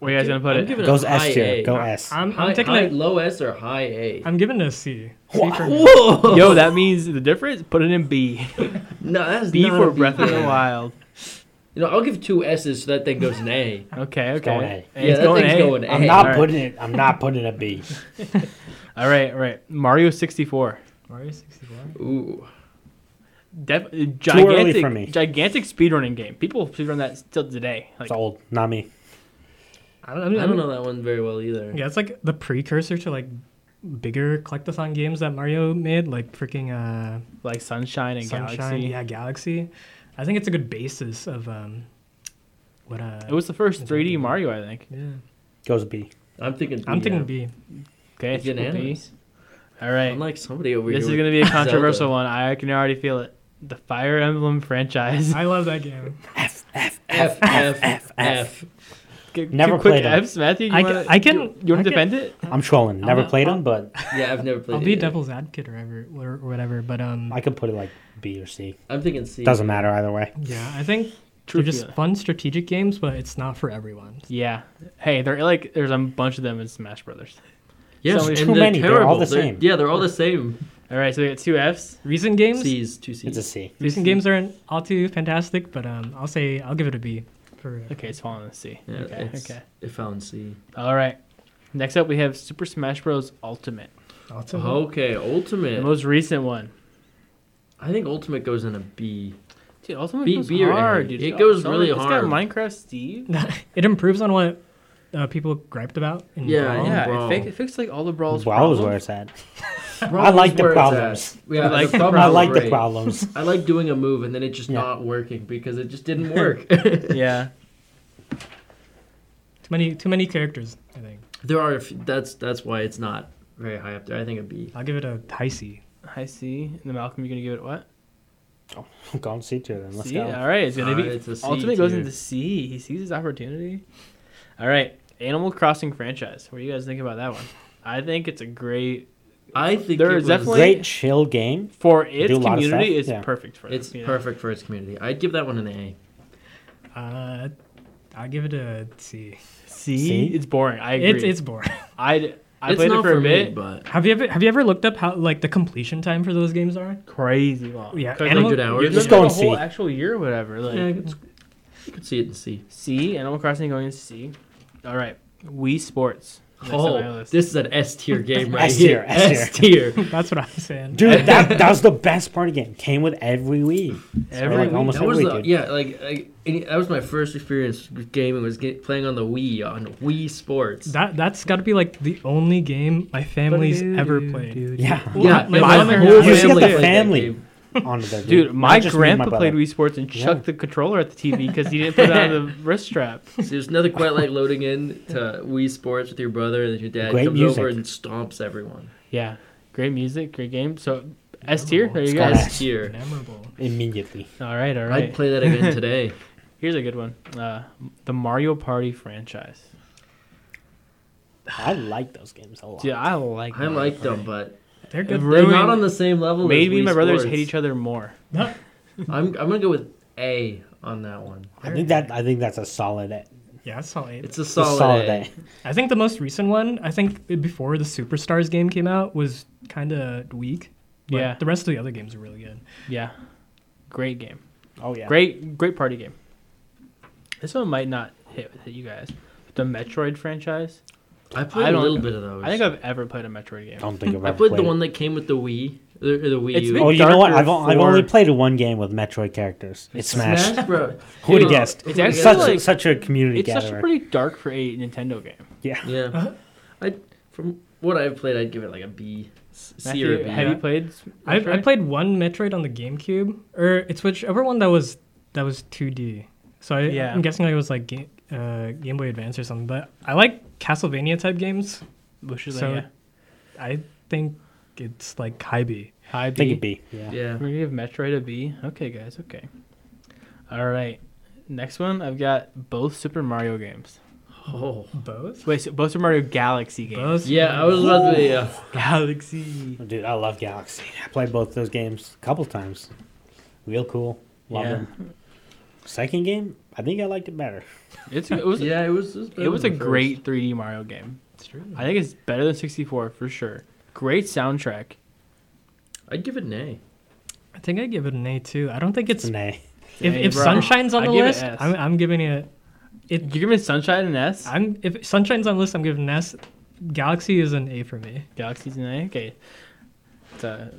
[SPEAKER 2] where you guys gonna put
[SPEAKER 4] I'm
[SPEAKER 2] it?
[SPEAKER 4] giving it
[SPEAKER 1] Goes
[SPEAKER 4] a
[SPEAKER 1] S
[SPEAKER 4] high
[SPEAKER 1] tier.
[SPEAKER 4] A.
[SPEAKER 1] Go S.
[SPEAKER 3] I'm,
[SPEAKER 4] High,
[SPEAKER 3] I'm taking
[SPEAKER 4] high,
[SPEAKER 3] a,
[SPEAKER 4] low S or high A.
[SPEAKER 3] I'm giving it a C. C for me.
[SPEAKER 4] Whoa!
[SPEAKER 2] Yo, that means the difference. Put it in B.
[SPEAKER 4] no, that's
[SPEAKER 2] B
[SPEAKER 4] not
[SPEAKER 2] for
[SPEAKER 4] a B
[SPEAKER 2] Breath of the
[SPEAKER 4] game.
[SPEAKER 2] Wild.
[SPEAKER 4] You know, I'll give two S's so that thing goes an A.
[SPEAKER 2] Okay, okay.
[SPEAKER 1] going A.
[SPEAKER 2] Hey,
[SPEAKER 4] yeah,
[SPEAKER 2] it's
[SPEAKER 4] that
[SPEAKER 2] going
[SPEAKER 4] thing's
[SPEAKER 2] A.
[SPEAKER 4] going A.
[SPEAKER 1] I'm not
[SPEAKER 2] Alright.
[SPEAKER 1] putting it. I'm not putting it a B.
[SPEAKER 2] All right, all right. Mario 64.
[SPEAKER 3] Mario 64.
[SPEAKER 4] Ooe.
[SPEAKER 2] Def- gigantic,
[SPEAKER 1] early for me.
[SPEAKER 2] gigantic speedrunning game. People speedrun that still today. Like,
[SPEAKER 1] It's old. Not me.
[SPEAKER 3] I don't, I
[SPEAKER 4] I
[SPEAKER 3] mean,
[SPEAKER 4] don't know that one very well either.
[SPEAKER 3] Yeah, it's like the precursor to like bigger collectathon games that Mario made, like freaking uh,
[SPEAKER 2] like Sunshine and
[SPEAKER 3] Sunshine,
[SPEAKER 2] Galaxy.
[SPEAKER 3] yeah, Galaxy. I think it's a good basis of um, what uh,
[SPEAKER 2] It was the first 3D Mario, I think.
[SPEAKER 3] yeah.
[SPEAKER 1] Goes B.
[SPEAKER 4] I'm thinking.
[SPEAKER 3] I'm thinking
[SPEAKER 4] yeah.
[SPEAKER 3] B.
[SPEAKER 2] Okay, it's gonna be-
[SPEAKER 4] Unanimous.
[SPEAKER 2] All right.
[SPEAKER 4] I'm like somebody over
[SPEAKER 2] this is
[SPEAKER 4] here.
[SPEAKER 2] going to be a
[SPEAKER 4] Zelda.
[SPEAKER 2] controversial one. I can already feel it. The Fire Emblem franchise.
[SPEAKER 3] I love that game.
[SPEAKER 4] F F F F.
[SPEAKER 2] G- two
[SPEAKER 1] Never
[SPEAKER 2] quick
[SPEAKER 1] played it.
[SPEAKER 2] Fs, Matthew, you
[SPEAKER 3] I
[SPEAKER 2] wanna,
[SPEAKER 3] ca- I can-
[SPEAKER 2] You, you want to
[SPEAKER 3] I can-
[SPEAKER 2] defend it?
[SPEAKER 1] I'm trolling. Never
[SPEAKER 3] not-
[SPEAKER 1] played them, but
[SPEAKER 4] Yeah, I've never played.
[SPEAKER 3] I'll be
[SPEAKER 4] it.
[SPEAKER 3] devil's advocate or ever or, or whatever, but um,
[SPEAKER 1] I could put it like B or C.
[SPEAKER 4] I'm thinking C.
[SPEAKER 1] Doesn't matter either way.
[SPEAKER 3] yeah, I think
[SPEAKER 2] True
[SPEAKER 3] they're just
[SPEAKER 2] feeling.
[SPEAKER 3] fun strategic games, but it's not for everyone.
[SPEAKER 2] Yeah. Hey, they're like there's a bunch of them in Smash Brothers.
[SPEAKER 4] Yes,
[SPEAKER 2] So
[SPEAKER 4] and
[SPEAKER 2] too
[SPEAKER 4] they're
[SPEAKER 1] many, they're all
[SPEAKER 4] terrible.
[SPEAKER 1] the
[SPEAKER 4] They're-
[SPEAKER 1] same.
[SPEAKER 4] yeah, they're all the same.
[SPEAKER 2] All right, so we got two Fs.
[SPEAKER 3] Recent games,
[SPEAKER 4] C's, two C's.
[SPEAKER 1] It's a C.
[SPEAKER 3] recent games aren't all too fantastic, but um, I'll say I'll give it a B. For
[SPEAKER 2] Okay, it's falling in the C.
[SPEAKER 4] Yeah,
[SPEAKER 2] okay.
[SPEAKER 4] it's-
[SPEAKER 2] Okay.
[SPEAKER 4] It found C.
[SPEAKER 2] All right. Next up, we have Super Smash Bros. Ultimate,
[SPEAKER 3] also,
[SPEAKER 4] Okay, ultimate.
[SPEAKER 2] the most recent one.
[SPEAKER 4] I think ultimate goes in a B.
[SPEAKER 2] Dude, Ultimate
[SPEAKER 4] Be-
[SPEAKER 2] goes
[SPEAKER 4] be your
[SPEAKER 2] hard.
[SPEAKER 4] A.
[SPEAKER 2] Dude.
[SPEAKER 4] It
[SPEAKER 2] It's got-
[SPEAKER 4] goes
[SPEAKER 2] it's got-
[SPEAKER 4] really hard.
[SPEAKER 2] It's got Minecraft Steve.
[SPEAKER 3] it improves on what uh, people griped about. In
[SPEAKER 4] Yeah,
[SPEAKER 3] Brawl.
[SPEAKER 4] yeah.
[SPEAKER 2] yeah,
[SPEAKER 4] Brawl.
[SPEAKER 2] it, fi- it fixed like all the brawls.
[SPEAKER 1] Wow, is
[SPEAKER 2] problems.
[SPEAKER 1] where it's at. I like the
[SPEAKER 4] Where it's at.
[SPEAKER 1] problems.
[SPEAKER 4] Yeah,
[SPEAKER 2] I like
[SPEAKER 4] the
[SPEAKER 2] the
[SPEAKER 4] problems
[SPEAKER 1] I
[SPEAKER 4] are
[SPEAKER 1] like the
[SPEAKER 4] great.
[SPEAKER 1] problems.
[SPEAKER 4] I like doing a move and then it just
[SPEAKER 1] Yeah.
[SPEAKER 4] not working because it just didn't work.
[SPEAKER 2] Yeah.
[SPEAKER 3] Too many too many characters. I think
[SPEAKER 4] there are. A few, that's that's why it's not very high up there. I think a B.
[SPEAKER 3] I'll give it a high C.
[SPEAKER 2] I see. And then Malcolm, you're gonna give it what?
[SPEAKER 1] Go on C tier then. Let's
[SPEAKER 2] C.
[SPEAKER 1] go.
[SPEAKER 2] All right, it's gonna
[SPEAKER 4] Uh,
[SPEAKER 2] be
[SPEAKER 4] it's a C
[SPEAKER 2] Ultimate goes
[SPEAKER 4] tier.
[SPEAKER 2] into C. He sees his opportunity. All right, Animal Crossing franchise. What do you guys think about that one? I think it's a great
[SPEAKER 4] I think
[SPEAKER 2] There
[SPEAKER 4] it
[SPEAKER 2] is
[SPEAKER 4] was-
[SPEAKER 2] definitely-
[SPEAKER 1] Great chill game.
[SPEAKER 2] for
[SPEAKER 1] do
[SPEAKER 2] its
[SPEAKER 1] a lot of
[SPEAKER 2] community.
[SPEAKER 1] stuff,
[SPEAKER 2] It's
[SPEAKER 1] yeah.
[SPEAKER 2] perfect for
[SPEAKER 4] It's
[SPEAKER 2] them, you know?
[SPEAKER 4] perfect for its community. I'd give that one an A.
[SPEAKER 3] Uh, I'll give it a C.
[SPEAKER 2] C.
[SPEAKER 1] See?
[SPEAKER 2] It's boring. I agree.
[SPEAKER 3] It's it's boring.
[SPEAKER 2] I I
[SPEAKER 4] it's
[SPEAKER 2] played
[SPEAKER 4] not
[SPEAKER 2] it for a
[SPEAKER 4] me,
[SPEAKER 2] bit.
[SPEAKER 4] but
[SPEAKER 3] Have you ever have you ever looked up how like the completion time for those games are?
[SPEAKER 2] Crazy long.
[SPEAKER 3] Yeah,
[SPEAKER 2] Could,
[SPEAKER 3] Animal-
[SPEAKER 2] like,
[SPEAKER 4] hours.
[SPEAKER 2] give
[SPEAKER 1] Just
[SPEAKER 2] them,
[SPEAKER 1] go
[SPEAKER 2] like,
[SPEAKER 1] and
[SPEAKER 2] a whole
[SPEAKER 1] see.
[SPEAKER 2] actual year or whatever. Like
[SPEAKER 4] yeah, it's, you could see it in C.
[SPEAKER 2] C. Animal Crossing going into C. All right, Wii Sports. Next on my
[SPEAKER 4] Oh,
[SPEAKER 2] list.
[SPEAKER 4] this is an S tier game right
[SPEAKER 1] S tier,
[SPEAKER 4] here. S
[SPEAKER 1] S
[SPEAKER 4] tier.
[SPEAKER 3] That's what I'm saying.
[SPEAKER 1] Dude, that, that was the best party game. Came with every Wii.
[SPEAKER 2] Every
[SPEAKER 1] like
[SPEAKER 2] Wii.
[SPEAKER 1] almost
[SPEAKER 4] That was
[SPEAKER 1] every
[SPEAKER 4] the,
[SPEAKER 1] Wii. dude.
[SPEAKER 4] yeah, like I, any, that was my first experience with gaming was get, playing on the Wii on Wii Sports.
[SPEAKER 3] That that's got to be like the only game my family's ever played.
[SPEAKER 1] Yeah.
[SPEAKER 4] yeah,
[SPEAKER 3] my
[SPEAKER 4] my
[SPEAKER 3] mom and
[SPEAKER 4] whole
[SPEAKER 3] dad- You
[SPEAKER 1] just got
[SPEAKER 4] family.
[SPEAKER 1] the
[SPEAKER 4] played that
[SPEAKER 1] family.
[SPEAKER 4] game.
[SPEAKER 1] Onto there, dude.
[SPEAKER 2] Dude,
[SPEAKER 1] Not
[SPEAKER 2] my
[SPEAKER 1] just me and
[SPEAKER 2] grandpa
[SPEAKER 1] brother.
[SPEAKER 2] played Wii Sports and
[SPEAKER 1] Yeah.
[SPEAKER 2] chucked the controller at the TV because he didn't put it on the wrist strap.
[SPEAKER 4] So there's nothing quite like loading in to Wii Sports with your brother, and then your dad
[SPEAKER 1] Great
[SPEAKER 4] comes
[SPEAKER 1] music.
[SPEAKER 4] over and stomps everyone.
[SPEAKER 2] Yeah, great music, great game. So
[SPEAKER 4] Oh,
[SPEAKER 2] S tier, there you
[SPEAKER 1] got
[SPEAKER 2] go.
[SPEAKER 1] that.
[SPEAKER 4] S tier.
[SPEAKER 3] Memorable.
[SPEAKER 1] immediately.
[SPEAKER 2] All right, all
[SPEAKER 4] I'd
[SPEAKER 2] right.
[SPEAKER 4] play that again today.
[SPEAKER 2] Here's a good one. Uh, the Mario Party franchise.
[SPEAKER 1] I like those games a lot.
[SPEAKER 2] Dude, I like.
[SPEAKER 4] I like them, but
[SPEAKER 3] They're
[SPEAKER 2] It
[SPEAKER 3] good.
[SPEAKER 4] they're
[SPEAKER 2] Ruined-
[SPEAKER 4] not on the same level. as
[SPEAKER 2] Made me
[SPEAKER 4] Wii
[SPEAKER 2] and my brothers
[SPEAKER 4] Sports.
[SPEAKER 2] hate each other more.
[SPEAKER 4] I'm I'm gonna go with A on that one.
[SPEAKER 1] I think that I think that's a solid. A.
[SPEAKER 3] Yeah, that's solid.
[SPEAKER 4] It's a
[SPEAKER 1] Solid,
[SPEAKER 4] solid,
[SPEAKER 1] solid
[SPEAKER 4] A.
[SPEAKER 1] A.
[SPEAKER 3] I think the most recent one, I think before the Superstars game came out, was kind of weak. but
[SPEAKER 2] Yeah.
[SPEAKER 3] The rest of the other games are really good.
[SPEAKER 2] Yeah, great game.
[SPEAKER 1] Oh yeah.
[SPEAKER 2] Great, great party game. This one might not hit hit you guys. The Metroid franchise.
[SPEAKER 4] I played
[SPEAKER 2] I
[SPEAKER 4] a
[SPEAKER 2] don't-
[SPEAKER 4] little bit of those.
[SPEAKER 2] I think I've ever played a Metroid game.
[SPEAKER 1] I don't think I've
[SPEAKER 4] I
[SPEAKER 1] ever
[SPEAKER 4] played
[SPEAKER 1] it.
[SPEAKER 4] the one that came with the Wii, the, the Wii
[SPEAKER 2] It's
[SPEAKER 4] U.
[SPEAKER 2] been-
[SPEAKER 1] Oh, you know what?
[SPEAKER 2] Darker
[SPEAKER 1] I've, on- I've
[SPEAKER 2] for-
[SPEAKER 1] only played one game with Metroid characters. It's Smash.
[SPEAKER 4] bro.
[SPEAKER 1] Who would
[SPEAKER 4] Dude,
[SPEAKER 1] have guessed? It's
[SPEAKER 2] it's actually
[SPEAKER 1] such,
[SPEAKER 2] like-
[SPEAKER 1] such a community
[SPEAKER 2] It's such a
[SPEAKER 1] gatherer.
[SPEAKER 2] pretty dark for a Nintendo game.
[SPEAKER 1] yeah.
[SPEAKER 2] Uh-huh.
[SPEAKER 4] Yeah, I from what I've played, I'd give it like a B, S- C or a
[SPEAKER 2] Matthew,
[SPEAKER 4] B.
[SPEAKER 2] have you played?
[SPEAKER 3] I, I
[SPEAKER 2] Metroid?
[SPEAKER 3] played one Metroid on the GameCube, or it's whichever one that was that was 2D. So I,
[SPEAKER 2] Yeah.
[SPEAKER 3] I'm guessing like it was like game, uh, Game Boy Advance or something. But I like Castlevania type games.
[SPEAKER 2] Which is
[SPEAKER 3] So-
[SPEAKER 2] like,
[SPEAKER 3] I think it's like high B.
[SPEAKER 2] yeah. High
[SPEAKER 1] I think
[SPEAKER 2] B.
[SPEAKER 1] it'd be. Yeah.
[SPEAKER 4] Yeah.
[SPEAKER 2] We're gonna give Metroid a B. Okay, guys. Okay. All right. Next one, I've got both Super Mario games.
[SPEAKER 4] Oh.
[SPEAKER 3] Both.
[SPEAKER 2] Wait, so both Super Mario Galaxy games.
[SPEAKER 3] Both.
[SPEAKER 4] Yeah, I was about to be. Uh,
[SPEAKER 2] Galaxy.
[SPEAKER 1] Dude, I love Galaxy. I played both those games a couple times. Real cool. Love
[SPEAKER 2] Yeah.
[SPEAKER 1] them. Second game, I think I liked it better.
[SPEAKER 2] It's it was
[SPEAKER 4] yeah, it was.
[SPEAKER 2] it was a great 3D Mario game.
[SPEAKER 3] It's true.
[SPEAKER 2] I think it's better than 64 for sure. Great soundtrack.
[SPEAKER 4] I'd give it an A.
[SPEAKER 3] I think I give it an A too. I don't think it's
[SPEAKER 1] Nay.
[SPEAKER 3] if,
[SPEAKER 2] Hey,
[SPEAKER 3] if
[SPEAKER 2] bro.
[SPEAKER 3] Sunshine's on
[SPEAKER 2] I
[SPEAKER 3] the
[SPEAKER 2] give it
[SPEAKER 3] list,
[SPEAKER 2] S.
[SPEAKER 3] I'm, I'm giving it.
[SPEAKER 2] You're giving Sunshine an S.
[SPEAKER 3] I'm if Sunshine's on the list, I'm giving an S. Galaxy is an A for me.
[SPEAKER 2] Galaxy's an A. Okay. It's a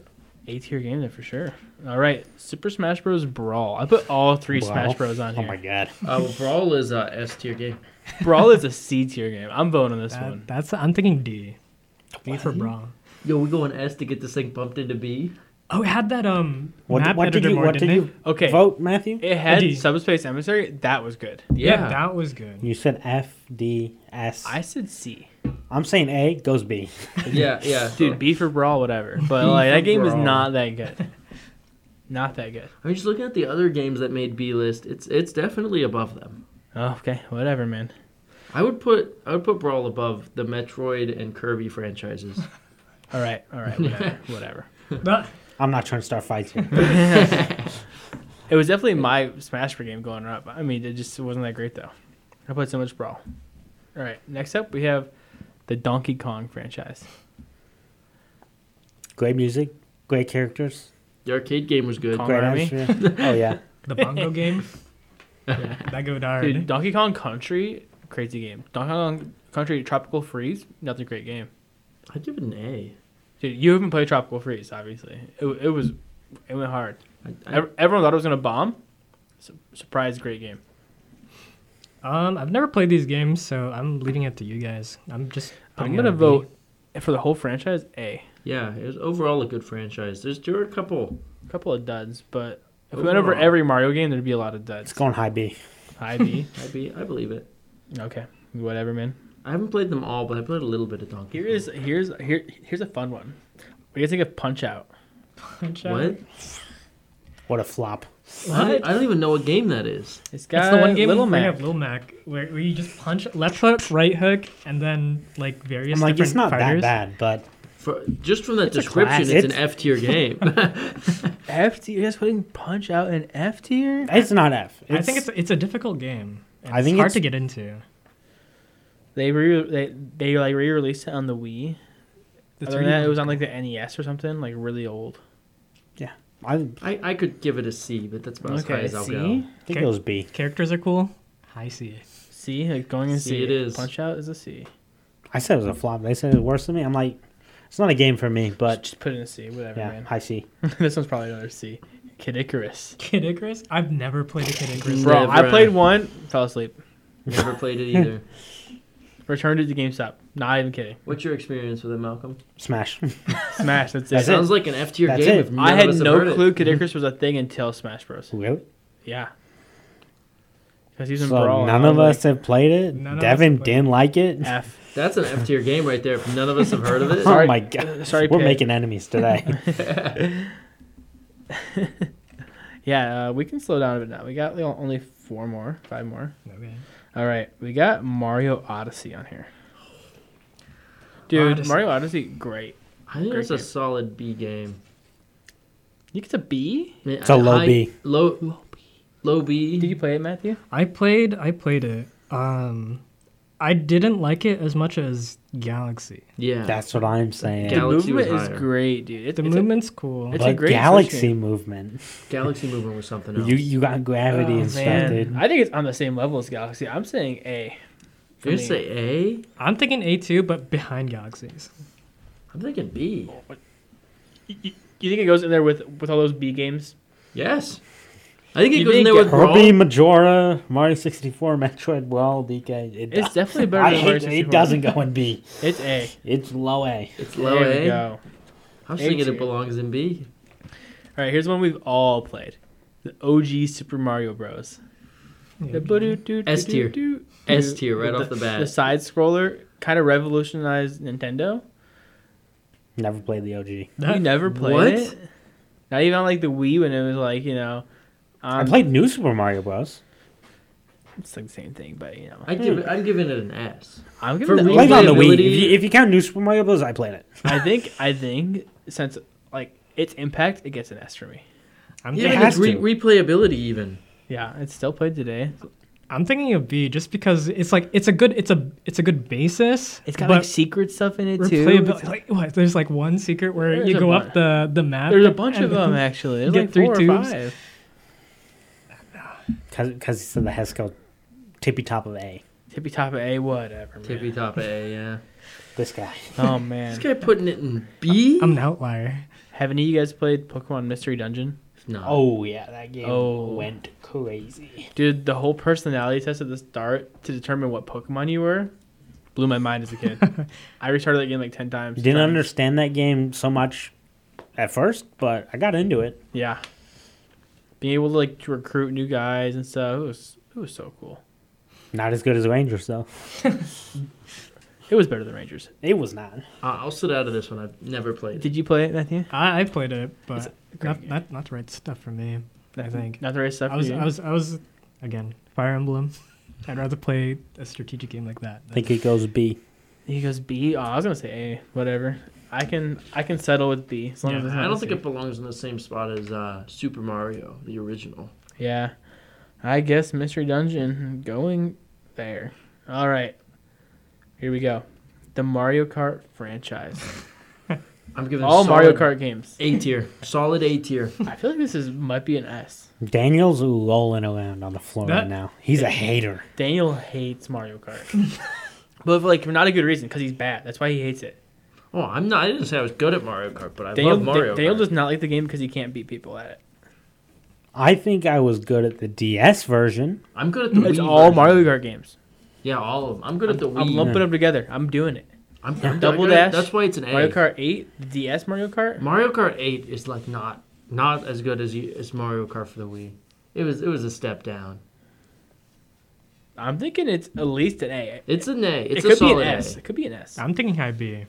[SPEAKER 2] A tier game there for sure. All right, Super Smash Bros. Brawl. I put all three
[SPEAKER 1] Wow.
[SPEAKER 2] Smash Bros. on
[SPEAKER 1] Oh
[SPEAKER 2] here.
[SPEAKER 1] my god.
[SPEAKER 4] Uh, well, Brawl is a S tier game.
[SPEAKER 2] Brawl is a C tier game. I'm voting on this
[SPEAKER 3] That-
[SPEAKER 2] one.
[SPEAKER 3] That's I'm thinking D. B for bra.
[SPEAKER 4] Yo, we go on S to get this thing bumped into B.
[SPEAKER 3] Oh, it had that um
[SPEAKER 1] What,
[SPEAKER 3] map
[SPEAKER 1] what did
[SPEAKER 3] editor
[SPEAKER 1] you
[SPEAKER 3] more,
[SPEAKER 1] what did
[SPEAKER 3] didn't it?
[SPEAKER 1] you
[SPEAKER 2] Okay.
[SPEAKER 1] vote, Matthew?
[SPEAKER 2] It had
[SPEAKER 3] D.
[SPEAKER 2] subspace emissary. That was good.
[SPEAKER 3] Yeah. that was good.
[SPEAKER 1] You said F D S.
[SPEAKER 2] I said C.
[SPEAKER 1] I'm saying A goes B.
[SPEAKER 4] yeah, yeah.
[SPEAKER 2] Dude, B for brawl, whatever. But
[SPEAKER 4] B
[SPEAKER 2] like
[SPEAKER 4] for
[SPEAKER 2] that game was
[SPEAKER 4] brawl.
[SPEAKER 2] not that good. Not that good.
[SPEAKER 4] I'm just looking at the other games that made B list. It's it's definitely above them.
[SPEAKER 2] Oh, okay, whatever, man.
[SPEAKER 4] I would put I would put Brawl above the Metroid and Kirby franchises.
[SPEAKER 2] All right, all right, whatever, whatever.
[SPEAKER 3] But
[SPEAKER 1] I'm not trying to start fights here.
[SPEAKER 2] It was definitely my Smash Bros. game going up. I mean, it just wasn't that great though. I played so much Brawl. All right, next up we have the Donkey Kong franchise.
[SPEAKER 1] Great music, great characters,
[SPEAKER 4] The arcade game was good.
[SPEAKER 2] Kong
[SPEAKER 1] great
[SPEAKER 2] Army?
[SPEAKER 1] atmosphere. Oh yeah.
[SPEAKER 3] the bongo game, that go
[SPEAKER 2] Dude,
[SPEAKER 3] hard.
[SPEAKER 2] Donkey Kong Country, crazy game. Donkey Kong Country Tropical Freeze, another great game.
[SPEAKER 4] I'd give it an A.
[SPEAKER 2] Dude, you haven't played Tropical Freeze, obviously. It, it was, it went hard.
[SPEAKER 4] I, I,
[SPEAKER 2] Ev- Everyone thought it was gonna bomb. Su- surprise, great game.
[SPEAKER 3] Um, I've never played these games, so I'm leaving it to you guys. I'm just.
[SPEAKER 2] I'm
[SPEAKER 3] putting it
[SPEAKER 2] gonna
[SPEAKER 3] on B.
[SPEAKER 2] vote for the whole franchise A.
[SPEAKER 4] yeah, it was overall a good franchise. There's there were a couple.
[SPEAKER 2] A couple of duds, but if we went over
[SPEAKER 4] Overall.
[SPEAKER 2] every Mario game, there'd be a lot of
[SPEAKER 1] It's
[SPEAKER 2] duds.
[SPEAKER 1] going high B.
[SPEAKER 2] High B.
[SPEAKER 4] I be I believe it.
[SPEAKER 2] Okay, whatever, man.
[SPEAKER 4] I haven't played them all, but I played a little bit of Donkey.
[SPEAKER 2] Here
[SPEAKER 4] Kong.
[SPEAKER 2] is here's here here's a fun one. What do you think of Punch Out?
[SPEAKER 3] Punch out.
[SPEAKER 4] what?
[SPEAKER 1] What a flop.
[SPEAKER 4] I don't- e, I don't even know what game that is.
[SPEAKER 2] It's got
[SPEAKER 3] It's the one game
[SPEAKER 2] Little
[SPEAKER 3] where you
[SPEAKER 2] Mac.
[SPEAKER 3] have Lil Mac, where, where you just punch left hook, right hook, and then like various.
[SPEAKER 1] I'm like,
[SPEAKER 3] different
[SPEAKER 1] it's not
[SPEAKER 3] fighters.
[SPEAKER 1] that bad, but
[SPEAKER 4] For, just from that
[SPEAKER 1] a
[SPEAKER 4] description,
[SPEAKER 1] class.
[SPEAKER 4] it's, an
[SPEAKER 1] It's-
[SPEAKER 4] F tier game.
[SPEAKER 2] F tier. You guys putting Punch Out in F tier?
[SPEAKER 1] it's not F.
[SPEAKER 3] I think it's it's a difficult game. and
[SPEAKER 1] I think
[SPEAKER 3] it's hard
[SPEAKER 1] it's-
[SPEAKER 3] to get into.
[SPEAKER 2] They re they they like re-released it on the Wii.
[SPEAKER 3] The
[SPEAKER 2] Other than that, it was on like the NES or something, like really old.
[SPEAKER 1] I think
[SPEAKER 4] I, I could give it a C, but that's about as high
[SPEAKER 2] Okay,
[SPEAKER 4] as I'll
[SPEAKER 2] C,
[SPEAKER 4] go.
[SPEAKER 1] it goes B.
[SPEAKER 3] characters are cool. High C.
[SPEAKER 2] C, like going in
[SPEAKER 4] C
[SPEAKER 2] C.
[SPEAKER 4] it is.
[SPEAKER 2] Punch Out is a C.
[SPEAKER 1] I said it was a flop. They said it was worse than me. I'm like, it's not a game for me,
[SPEAKER 2] But
[SPEAKER 1] but
[SPEAKER 2] just put it in a C, whatever,
[SPEAKER 1] yeah,
[SPEAKER 2] man.
[SPEAKER 1] high C.
[SPEAKER 2] this one's probably another C. Kid Icarus.
[SPEAKER 3] Kid Icarus. I've never played a Kid Icarus.
[SPEAKER 2] Bro,
[SPEAKER 4] Never.
[SPEAKER 2] I played one, fell asleep.
[SPEAKER 4] Never played it either.
[SPEAKER 2] Returned it to GameStop. Not even kidding.
[SPEAKER 4] What's your experience with it, Malcolm?
[SPEAKER 1] Smash.
[SPEAKER 2] Smash, that's it.
[SPEAKER 1] That's
[SPEAKER 4] Sounds like an F tier
[SPEAKER 1] That's
[SPEAKER 4] game.
[SPEAKER 1] it.
[SPEAKER 4] If none
[SPEAKER 2] I had
[SPEAKER 4] of us have heard
[SPEAKER 2] no
[SPEAKER 4] it.
[SPEAKER 2] clue Kid Icarus was a thing until Smash Bros.
[SPEAKER 1] really?
[SPEAKER 2] Yeah. Because he's in Brawl.
[SPEAKER 1] So
[SPEAKER 2] and
[SPEAKER 1] none
[SPEAKER 2] I
[SPEAKER 1] of
[SPEAKER 2] was
[SPEAKER 1] us have played it.
[SPEAKER 3] None of us
[SPEAKER 1] Devin
[SPEAKER 3] have played it.
[SPEAKER 1] didn't like it.
[SPEAKER 2] like, F.
[SPEAKER 4] That's an F tier game right there. If none of us have heard of it,
[SPEAKER 1] Oh
[SPEAKER 2] Uh, Sorry- uh,
[SPEAKER 1] my god.
[SPEAKER 2] sorry,
[SPEAKER 1] We're
[SPEAKER 2] Pig.
[SPEAKER 1] making enemies today.
[SPEAKER 2] Yeah, uh, we can slow down a bit now. We got like, only four more, five more.
[SPEAKER 3] Okay.
[SPEAKER 2] All right, we got Mario Odyssey on here. Dude,
[SPEAKER 3] Odyssey.
[SPEAKER 2] Mario Odyssey, great.
[SPEAKER 4] I think
[SPEAKER 2] Great
[SPEAKER 4] that's a
[SPEAKER 2] game.
[SPEAKER 4] solid B game.
[SPEAKER 2] You get to B?
[SPEAKER 1] It's a low B.
[SPEAKER 4] Low, low B. Low B.
[SPEAKER 2] Did you play it, Matthew?
[SPEAKER 3] I played. I played it. Um, I didn't like it as much as Galaxy.
[SPEAKER 4] yeah.
[SPEAKER 1] That's what I'm saying.
[SPEAKER 2] The
[SPEAKER 4] Gal- Galaxy was
[SPEAKER 2] movement is
[SPEAKER 4] higher.
[SPEAKER 2] great, dude. It's,
[SPEAKER 3] The
[SPEAKER 2] it's a-
[SPEAKER 3] movement's cool.
[SPEAKER 2] it's
[SPEAKER 1] but
[SPEAKER 2] a great Switch
[SPEAKER 1] galaxy
[SPEAKER 2] game.
[SPEAKER 1] movement.
[SPEAKER 4] Galaxy Movement was something else.
[SPEAKER 1] You you got gravity
[SPEAKER 2] Oh,
[SPEAKER 1] and
[SPEAKER 2] man.
[SPEAKER 1] stuff, dude.
[SPEAKER 2] I think it's on the same level as Galaxy. I'm saying A. for
[SPEAKER 4] You're
[SPEAKER 2] me.
[SPEAKER 4] gonna say A?
[SPEAKER 3] I'm thinking A two, but behind Galaxies.
[SPEAKER 4] I'm thinking B.
[SPEAKER 2] Y- y- You think it goes in there with with all those B games?
[SPEAKER 4] Yes. I think it
[SPEAKER 2] You
[SPEAKER 4] goes in
[SPEAKER 2] didn't
[SPEAKER 4] there
[SPEAKER 2] get
[SPEAKER 4] with Brawl.
[SPEAKER 1] Kirby, Majora, Mario 64, Metroid, well, DK. It,
[SPEAKER 2] It's
[SPEAKER 1] do-
[SPEAKER 2] definitely better
[SPEAKER 1] I
[SPEAKER 2] than Mario
[SPEAKER 1] hate,
[SPEAKER 2] 64.
[SPEAKER 1] it doesn't go in B.
[SPEAKER 2] It's A.
[SPEAKER 1] It's low A.
[SPEAKER 4] It's low
[SPEAKER 2] There we
[SPEAKER 4] A. I
[SPEAKER 2] go.
[SPEAKER 4] was
[SPEAKER 2] A
[SPEAKER 4] thinking
[SPEAKER 2] tier.
[SPEAKER 4] it belongs in B.
[SPEAKER 2] All right, here's one we've all played. The OG Super Mario Bros. The boo-doo-doo-doo-doo-doo.
[SPEAKER 4] S tier. S tier right off the
[SPEAKER 2] The
[SPEAKER 4] bat.
[SPEAKER 2] side scroller kind of revolutionized Nintendo.
[SPEAKER 1] Never played the OG.
[SPEAKER 2] You never played
[SPEAKER 4] What?
[SPEAKER 2] it. Not even on like the Wii when it was like you know.
[SPEAKER 1] I
[SPEAKER 2] Um,
[SPEAKER 1] played New Super Mario Bros.
[SPEAKER 2] It's like the same thing, but you know.
[SPEAKER 4] I'd give it, I'm giving it an S.
[SPEAKER 2] I'm
[SPEAKER 4] For
[SPEAKER 2] giving the
[SPEAKER 1] I
[SPEAKER 4] Wii
[SPEAKER 1] played it on the Wii. If
[SPEAKER 4] Playability-
[SPEAKER 1] you, if you count New Super Mario Bros, I played it.
[SPEAKER 2] I think I think since like its impact, it gets an S for me.
[SPEAKER 3] I'm,
[SPEAKER 1] Yeah.
[SPEAKER 3] thinking,
[SPEAKER 4] Even its
[SPEAKER 1] has
[SPEAKER 4] re-
[SPEAKER 1] to.
[SPEAKER 4] replayability, even.
[SPEAKER 2] Yeah, it's still played today.
[SPEAKER 3] I'm thinking of B just because it's like it's a good it's a it's a good basis.
[SPEAKER 2] It's got
[SPEAKER 3] but
[SPEAKER 2] like secret stuff in it too.
[SPEAKER 3] replayability. Like, what, there's like one secret where
[SPEAKER 2] There's
[SPEAKER 3] you
[SPEAKER 2] a
[SPEAKER 3] go
[SPEAKER 2] bunch.
[SPEAKER 3] up the the map.
[SPEAKER 2] There's a bunch
[SPEAKER 3] and
[SPEAKER 2] of them actually. There's
[SPEAKER 3] get
[SPEAKER 2] like
[SPEAKER 3] three
[SPEAKER 2] three or
[SPEAKER 3] tubes.
[SPEAKER 2] five.
[SPEAKER 1] Because it's in the Hesco tippy top of A.
[SPEAKER 2] Tippy top of A, whatever. Man.
[SPEAKER 4] Tippy top of A, yeah.
[SPEAKER 1] This guy.
[SPEAKER 2] Oh
[SPEAKER 4] This
[SPEAKER 2] man,
[SPEAKER 4] guy putting it in B?
[SPEAKER 3] I'm an outlier.
[SPEAKER 2] have any of you guys played Pokemon Mystery Dungeon?
[SPEAKER 4] no.
[SPEAKER 1] Oh, yeah. That game
[SPEAKER 2] Oh.
[SPEAKER 1] went crazy.
[SPEAKER 2] Dude, the whole personality test at the start to determine what Pokemon you were Blew my mind as a kid. I restarted that game like ten times.
[SPEAKER 1] Didn't
[SPEAKER 2] trying-
[SPEAKER 1] understand that game so much at first, but I got into it.
[SPEAKER 2] Yeah, being able to like to recruit new guys and stuff. It was it was so cool.
[SPEAKER 1] Not as good as Rangers though.
[SPEAKER 2] It was better than Rangers.
[SPEAKER 1] It was not.
[SPEAKER 4] I- I'll sit out of this one. I've never played. it.
[SPEAKER 2] Did you play it, Matthew?
[SPEAKER 3] I, I played it, but
[SPEAKER 2] great
[SPEAKER 3] not,
[SPEAKER 2] game.
[SPEAKER 3] not not the right stuff for me. I think
[SPEAKER 2] not the right stuff.
[SPEAKER 3] I was I was I was again Fire Emblem. I'd rather play a strategic game like that.
[SPEAKER 1] I think it goes B.
[SPEAKER 2] He goes B. Oh, I was gonna say A. Whatever. I can I can settle with B. As long as it's
[SPEAKER 4] Yeah,
[SPEAKER 2] not
[SPEAKER 4] I
[SPEAKER 2] a
[SPEAKER 4] don't think
[SPEAKER 2] C.
[SPEAKER 4] it belongs in the same spot as uh, Super Mario, the original.
[SPEAKER 2] Yeah. I guess Mystery Dungeon going there. All right. Here we go. The Mario Kart franchise.
[SPEAKER 4] I'm giving
[SPEAKER 2] All Mario
[SPEAKER 4] solid
[SPEAKER 2] Kart games.
[SPEAKER 4] A tier, solid A tier.
[SPEAKER 2] I feel like this is might be an S.
[SPEAKER 1] Daniel's rolling around on the floor
[SPEAKER 3] That-
[SPEAKER 1] right now. He's a hater.
[SPEAKER 2] Daniel hates Mario Kart. but like for not a good reason because he's bad. That's why he hates it.
[SPEAKER 4] Oh, I'm not. I didn't say I was good at Mario Kart, but I
[SPEAKER 2] Daniel
[SPEAKER 4] love Mario.
[SPEAKER 2] Daniel
[SPEAKER 4] Kart.
[SPEAKER 2] does not like the game because he can't beat people at it.
[SPEAKER 1] I think I was good at the DS version.
[SPEAKER 4] I'm good at the.
[SPEAKER 2] It's
[SPEAKER 4] Wii
[SPEAKER 2] all
[SPEAKER 4] version.
[SPEAKER 2] Mario Kart games.
[SPEAKER 4] Yeah, all of them. I'm good at the Wii.
[SPEAKER 2] I'm lumping them together. I'm doing it.
[SPEAKER 4] I'm,
[SPEAKER 2] Yeah.
[SPEAKER 4] I'm
[SPEAKER 2] Double
[SPEAKER 4] good at-
[SPEAKER 2] dash,
[SPEAKER 4] That's why it's an A.
[SPEAKER 2] Mario Kart 8, the DS Mario Kart.
[SPEAKER 4] Mario Kart 8 is like not not as good as you, as Mario Kart for the Wii. It was it was a step down.
[SPEAKER 2] I'm thinking it's at least an A.
[SPEAKER 4] It's an A.
[SPEAKER 2] it
[SPEAKER 4] It's a
[SPEAKER 2] could be
[SPEAKER 4] solid
[SPEAKER 2] an S.
[SPEAKER 4] A.
[SPEAKER 2] It could be an S.
[SPEAKER 3] I'm thinking high B.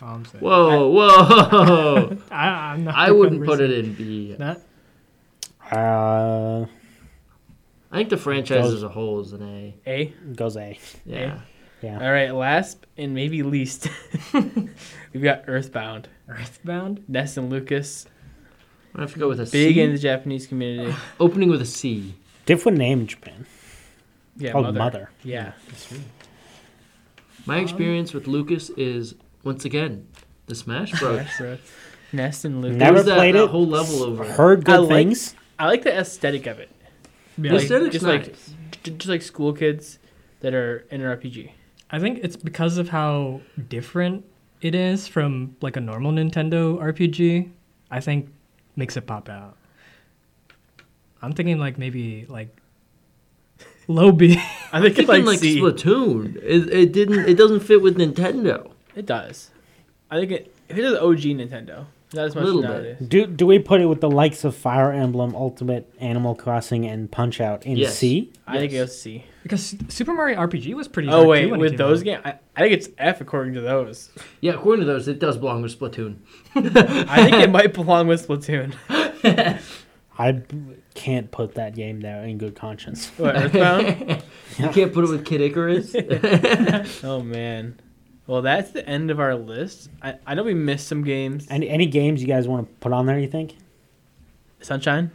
[SPEAKER 3] All I'm saying.
[SPEAKER 4] Whoa, whoa!
[SPEAKER 3] I, I'm not
[SPEAKER 4] I wouldn't put it in B.
[SPEAKER 3] That
[SPEAKER 1] Uh,
[SPEAKER 4] I think the franchise
[SPEAKER 1] Those-
[SPEAKER 4] as a whole is an A.
[SPEAKER 2] A.
[SPEAKER 1] goes A.
[SPEAKER 4] Yeah.
[SPEAKER 2] All right, last and maybe least, we've got Earthbound.
[SPEAKER 3] Earthbound.
[SPEAKER 2] Ness and Lucas,
[SPEAKER 4] I have to go with a C.
[SPEAKER 2] big in the Japanese community.
[SPEAKER 4] Opening with a C.
[SPEAKER 1] Different name in Japan.
[SPEAKER 2] Yeah,
[SPEAKER 3] Oh,
[SPEAKER 1] Called
[SPEAKER 2] mother.
[SPEAKER 1] Mother.
[SPEAKER 2] Yeah,
[SPEAKER 4] My
[SPEAKER 2] Uh-huh.
[SPEAKER 4] experience with Lucas is once again the Smash Bros.
[SPEAKER 2] Smash Bros. Ness and Lucas.
[SPEAKER 1] Never
[SPEAKER 4] was that-
[SPEAKER 1] played
[SPEAKER 4] that
[SPEAKER 1] it.
[SPEAKER 4] whole level over.
[SPEAKER 1] Heard
[SPEAKER 2] I
[SPEAKER 1] good
[SPEAKER 2] like-
[SPEAKER 1] things.
[SPEAKER 2] I like the aesthetic of it.
[SPEAKER 4] the
[SPEAKER 3] Yeah.
[SPEAKER 2] Like,
[SPEAKER 4] aesthetic's
[SPEAKER 2] just
[SPEAKER 4] nice.
[SPEAKER 2] like- J- Just like school kids that are in an RPG.
[SPEAKER 3] I think it's because of how different it is from like a normal Nintendo RPG. I think makes it pop out. I'm thinking like maybe like low B.
[SPEAKER 2] I think
[SPEAKER 4] Thinking
[SPEAKER 2] it's
[SPEAKER 4] like,
[SPEAKER 2] like, C.
[SPEAKER 4] Splatoon. It, it didn't. It doesn't fit with Nintendo.
[SPEAKER 2] It does. I think it. If it is OG Nintendo, not as much
[SPEAKER 4] Little bit.
[SPEAKER 2] nowadays.
[SPEAKER 1] Do do we put it with the likes of Fire Emblem, Ultimate, Animal Crossing, and Punch Out in
[SPEAKER 4] Yes.
[SPEAKER 1] C?
[SPEAKER 2] I think it
[SPEAKER 4] Yes.
[SPEAKER 2] was C.
[SPEAKER 3] because Super Mario RPG was pretty. hard
[SPEAKER 2] Oh
[SPEAKER 3] too
[SPEAKER 2] wait,
[SPEAKER 3] when it
[SPEAKER 2] with
[SPEAKER 3] came
[SPEAKER 2] those
[SPEAKER 3] out.
[SPEAKER 2] games, I, I think it's F according to those.
[SPEAKER 4] Yeah, according to those, it does belong with Splatoon.
[SPEAKER 2] I think it might belong with Splatoon.
[SPEAKER 1] I b- can't put that game there in good conscience.
[SPEAKER 2] What, Earthbound?
[SPEAKER 4] You can't put it with Kid Icarus.
[SPEAKER 2] Oh man. Well, that's the end of our list. I, I know we missed some games.
[SPEAKER 1] Any any games you guys want to put on there? You think?
[SPEAKER 2] Sunshine.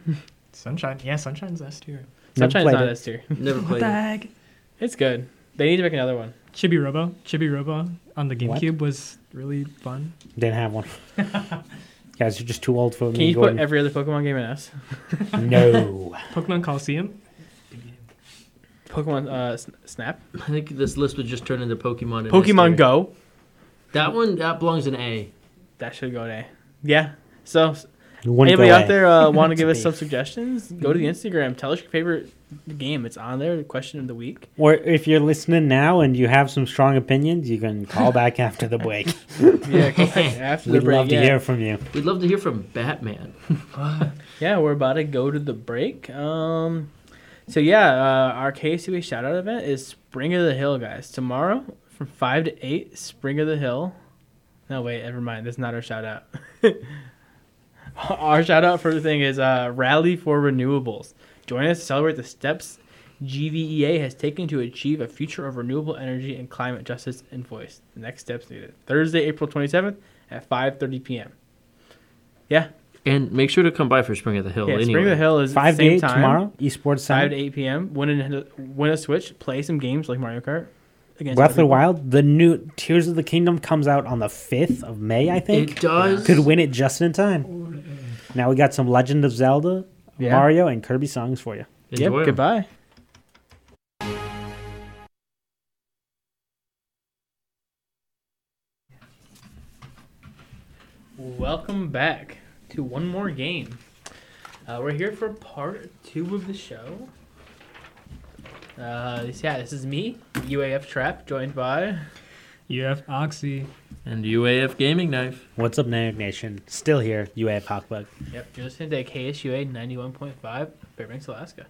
[SPEAKER 3] Sunshine. Yeah, Sunshine's S tier.
[SPEAKER 1] Never
[SPEAKER 2] Sunshine's
[SPEAKER 1] played
[SPEAKER 2] not
[SPEAKER 1] it.
[SPEAKER 2] S tier.
[SPEAKER 4] Never
[SPEAKER 3] What
[SPEAKER 4] played
[SPEAKER 3] the
[SPEAKER 4] it.
[SPEAKER 3] heck?
[SPEAKER 2] It's good. They need to make another one.
[SPEAKER 3] Chibi Robo. Chibi Robo on the
[SPEAKER 1] What?
[SPEAKER 3] GameCube was really fun.
[SPEAKER 1] Didn't have one. guys, you're just too old for
[SPEAKER 2] Can
[SPEAKER 1] me.
[SPEAKER 2] you
[SPEAKER 1] Gordon.
[SPEAKER 2] put every other Pokemon game in S?
[SPEAKER 1] no.
[SPEAKER 3] Pokemon Coliseum.
[SPEAKER 2] Pokemon uh, S- Snap.
[SPEAKER 4] I think this list would just turn into Pokemon. and
[SPEAKER 2] Pokemon
[SPEAKER 4] Mystery.
[SPEAKER 2] Go.
[SPEAKER 4] That one that belongs in A.
[SPEAKER 2] That should go to A. Yeah. So s-
[SPEAKER 1] You wouldn't
[SPEAKER 2] anybody
[SPEAKER 1] go
[SPEAKER 2] out
[SPEAKER 1] A.
[SPEAKER 2] there uh, want to
[SPEAKER 1] It's
[SPEAKER 2] give
[SPEAKER 1] a
[SPEAKER 2] us
[SPEAKER 1] B.
[SPEAKER 2] some suggestions? Go to the Instagram. Tell us your favorite game. It's on there. Question of the week.
[SPEAKER 1] Or if you're listening now and you have some strong opinions, you can call back after the break.
[SPEAKER 2] Yeah. go After the
[SPEAKER 1] We'd love
[SPEAKER 2] break.
[SPEAKER 1] to
[SPEAKER 2] Yeah.
[SPEAKER 1] hear from you.
[SPEAKER 4] We'd love to hear from Batman.
[SPEAKER 2] Yeah, we're about to go to the break. Um, so yeah, uh, our KCB shout out event is Spring of the Hill, guys. Tomorrow from five to eight, Spring of the Hill. No, wait, never mind. That's not our shout out. our shout out for the thing is uh, Rally for Renewables. Join us to celebrate the steps GVEA has taken to achieve a future of renewable energy and climate justice and voice. The next steps needed. Thursday, April 27th at 5.30 p.m.
[SPEAKER 4] And make sure to come by for Spring of the Hill.
[SPEAKER 2] Yeah,
[SPEAKER 4] anyway.
[SPEAKER 2] Spring of the Hill is
[SPEAKER 1] Five to
[SPEAKER 2] same
[SPEAKER 1] eight
[SPEAKER 2] time.
[SPEAKER 1] tomorrow. Esports
[SPEAKER 2] five
[SPEAKER 1] Center.
[SPEAKER 2] to eight p.m. Win a win a Switch, play some games like Mario Kart. Against
[SPEAKER 1] Breath of the
[SPEAKER 2] other people.
[SPEAKER 1] Wild. The new Tears of the Kingdom comes out on the fifth of May, I think.
[SPEAKER 4] It does.
[SPEAKER 1] Could win it just in time. Now we got some Legend of Zelda,
[SPEAKER 2] Yeah.
[SPEAKER 1] Mario, and Kirby songs for you.
[SPEAKER 2] Yep.
[SPEAKER 4] Enjoy 'em.
[SPEAKER 2] Goodbye. Welcome back to one more game. Uh, we're here for part two of the show. Uh, yeah, this is me, UAF Trap, joined by
[SPEAKER 3] UF Oxy.
[SPEAKER 4] And UAF Gaming Knife.
[SPEAKER 1] What's up, Nanook Nation? Still here, UA Pockbug.
[SPEAKER 2] Yep, you're listening to KSUA 91.5, Fairbanks, Alaska.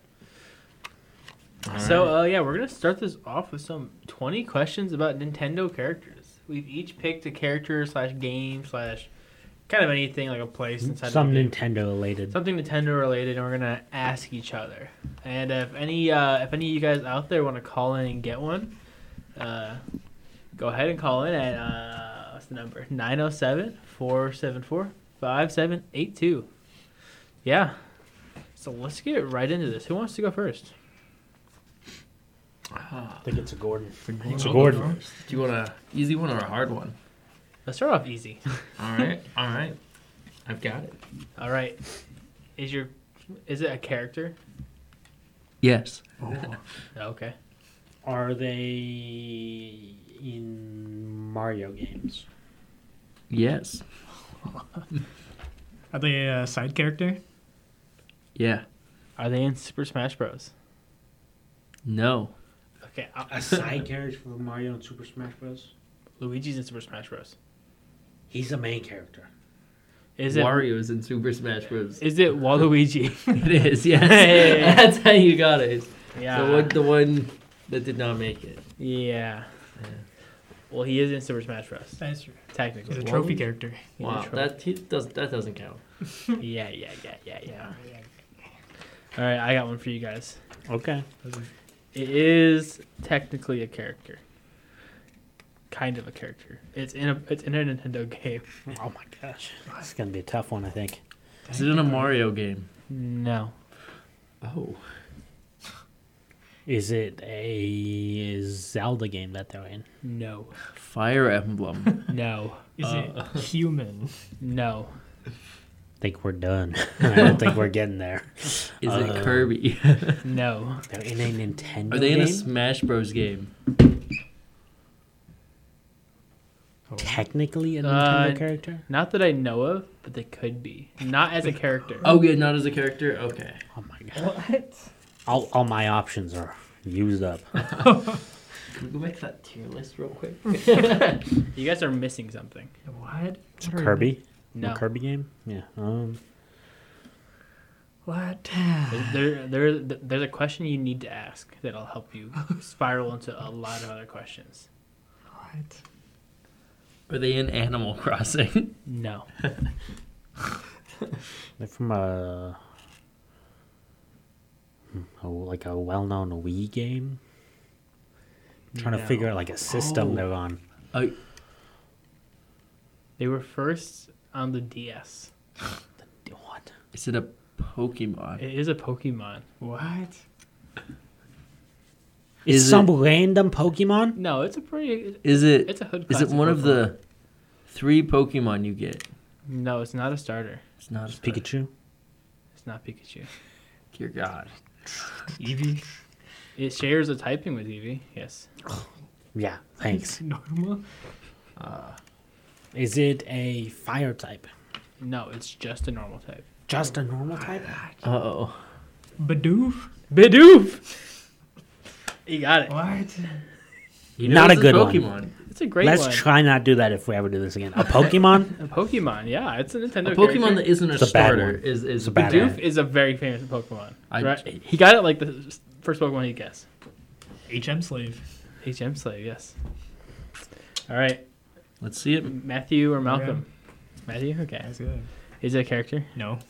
[SPEAKER 2] so, uh, yeah, we're going to start this off with some 20 questions about Nintendo characters. We've each picked a character slash game slash kind of anything, like a place inside
[SPEAKER 1] Mm-hmm. Some
[SPEAKER 2] of the game.
[SPEAKER 1] Nintendo related.
[SPEAKER 2] Something Nintendo related, and we're gonna ask each other. And if any, uh, if any of you guys out there want to call in and get one, uh, go ahead and call in at uh, what's the number? 907-474-5782. Yeah. So let's get right into this. Who wants to go first? uh,
[SPEAKER 1] I think it's a Gordon.
[SPEAKER 4] It's
[SPEAKER 1] a Gordon.
[SPEAKER 4] Do you want a easy one or a hard one?
[SPEAKER 2] Let's start off easy.
[SPEAKER 4] All right. All right. I've got it.
[SPEAKER 2] All right. Is your is it a character? Oh,
[SPEAKER 4] Yes.
[SPEAKER 3] Oh.
[SPEAKER 2] Okay.
[SPEAKER 1] Are they in Mario games?
[SPEAKER 4] Yes.
[SPEAKER 3] Are they a side character?
[SPEAKER 4] Yeah.
[SPEAKER 2] Are they in Super Smash Bros?
[SPEAKER 4] No.
[SPEAKER 2] Okay. uh, I'll-
[SPEAKER 1] A side character for Mario and Super Smash Bros.
[SPEAKER 2] Luigi's in Super Smash Bros.
[SPEAKER 1] He's the main character.
[SPEAKER 2] Is it
[SPEAKER 4] Wario's in Super Smash Bros.
[SPEAKER 2] Is it Waluigi?
[SPEAKER 4] it is, yes.
[SPEAKER 2] Hey.
[SPEAKER 4] That's how you got it.
[SPEAKER 2] yeah.
[SPEAKER 4] The, one, the one that did not make it.
[SPEAKER 2] yeah. Well, he is in Super Smash Bros.
[SPEAKER 3] That's true.
[SPEAKER 2] Technically.
[SPEAKER 3] He's a trophy character.
[SPEAKER 2] He's a
[SPEAKER 4] wow.
[SPEAKER 2] trophy.
[SPEAKER 4] That, he does, that doesn't count.
[SPEAKER 2] Yeah, yeah, yeah, yeah, yeah. All right, I got one for you guys.
[SPEAKER 1] Okay.
[SPEAKER 2] It is technically a character. Kind of a character. It's in a it's in a Nintendo game.
[SPEAKER 1] Oh my gosh. This is going to be a tough one, I think.
[SPEAKER 4] Is it in a Mario game?
[SPEAKER 2] No.
[SPEAKER 4] Oh.
[SPEAKER 1] Is it a Zelda game that they're in?
[SPEAKER 2] No.
[SPEAKER 4] Fire Emblem.
[SPEAKER 2] No.
[SPEAKER 3] Is
[SPEAKER 4] uh,
[SPEAKER 3] it human?
[SPEAKER 2] No.
[SPEAKER 1] I think we're done. I don't think we're getting there.
[SPEAKER 4] Is
[SPEAKER 1] Uh,
[SPEAKER 4] it Kirby?
[SPEAKER 2] No.
[SPEAKER 1] They're in a Nintendo
[SPEAKER 4] Are they in a
[SPEAKER 1] game?
[SPEAKER 4] Smash Bros game?
[SPEAKER 1] Technically a
[SPEAKER 2] Uh,
[SPEAKER 1] Nintendo character?
[SPEAKER 2] Not that I know of, but they could be. Not as a character.
[SPEAKER 4] Oh, good. Not as a character? Okay.
[SPEAKER 1] Oh my god.
[SPEAKER 3] What?
[SPEAKER 1] All, all my options are used up.
[SPEAKER 4] Can we go back to that tier list real quick?
[SPEAKER 2] You guys are missing something.
[SPEAKER 3] What? What are-
[SPEAKER 1] Kirby?
[SPEAKER 2] No.
[SPEAKER 1] A Kirby game? Yeah. Um,
[SPEAKER 3] What?
[SPEAKER 2] There, there, there's a question you need to ask that'll help you spiral into a lot of other questions.
[SPEAKER 3] What?
[SPEAKER 4] Are they in Animal Crossing?
[SPEAKER 2] No,
[SPEAKER 1] they're from a, hmm, a like a well-known Wii game. I'm trying to
[SPEAKER 2] No.
[SPEAKER 1] figure out like a system
[SPEAKER 4] Oh.
[SPEAKER 1] they're on.
[SPEAKER 4] Oh,
[SPEAKER 2] they were first on the DS.
[SPEAKER 1] What?
[SPEAKER 4] is it a Pokemon?
[SPEAKER 2] It is a Pokemon.
[SPEAKER 3] What?
[SPEAKER 1] Is,
[SPEAKER 4] Is it-
[SPEAKER 1] some random Pokemon?
[SPEAKER 2] No, it's a pretty.
[SPEAKER 4] Is it?
[SPEAKER 2] It's a hood.
[SPEAKER 4] Is it
[SPEAKER 2] classic
[SPEAKER 4] one of
[SPEAKER 2] Pokemon.
[SPEAKER 4] the three Pokemon you get?
[SPEAKER 2] No, it's not a starter.
[SPEAKER 4] It's not
[SPEAKER 1] It's Pikachu.
[SPEAKER 2] It's not Pikachu.
[SPEAKER 4] Dear God.
[SPEAKER 3] Eevee?
[SPEAKER 2] It shares a typing with Eevee. Yes.
[SPEAKER 1] Yeah. Thanks.
[SPEAKER 3] Normal?
[SPEAKER 4] Ah.
[SPEAKER 1] Is it a fire type?
[SPEAKER 2] No, it's just a normal type.
[SPEAKER 1] Just a normal type?
[SPEAKER 4] Uh oh.
[SPEAKER 3] Bidoof?
[SPEAKER 2] Bidoof. You got it.
[SPEAKER 3] What?
[SPEAKER 1] Not a good one.
[SPEAKER 4] Pokemon.
[SPEAKER 2] It's a great
[SPEAKER 1] Let's
[SPEAKER 2] one.
[SPEAKER 1] try not do that if we ever do this again. A Pokemon?
[SPEAKER 2] a Pokemon. Yeah, it's a Nintendo.
[SPEAKER 4] A
[SPEAKER 2] character.
[SPEAKER 4] Pokemon that isn't a
[SPEAKER 1] It's a bad
[SPEAKER 4] starter
[SPEAKER 1] one.
[SPEAKER 4] is is
[SPEAKER 1] It's a bad
[SPEAKER 4] Bidoof?
[SPEAKER 1] one.
[SPEAKER 2] Doof is a very famous Pokemon.
[SPEAKER 4] I-
[SPEAKER 2] right? He got it like the first Pokemon he guessed.
[SPEAKER 3] HM Slave.
[SPEAKER 2] HM Slave, yes. All right,
[SPEAKER 4] Let's see it.
[SPEAKER 2] Matthew or Malcolm? Matthew, okay.
[SPEAKER 3] That's good.
[SPEAKER 2] Is it a character?
[SPEAKER 3] No.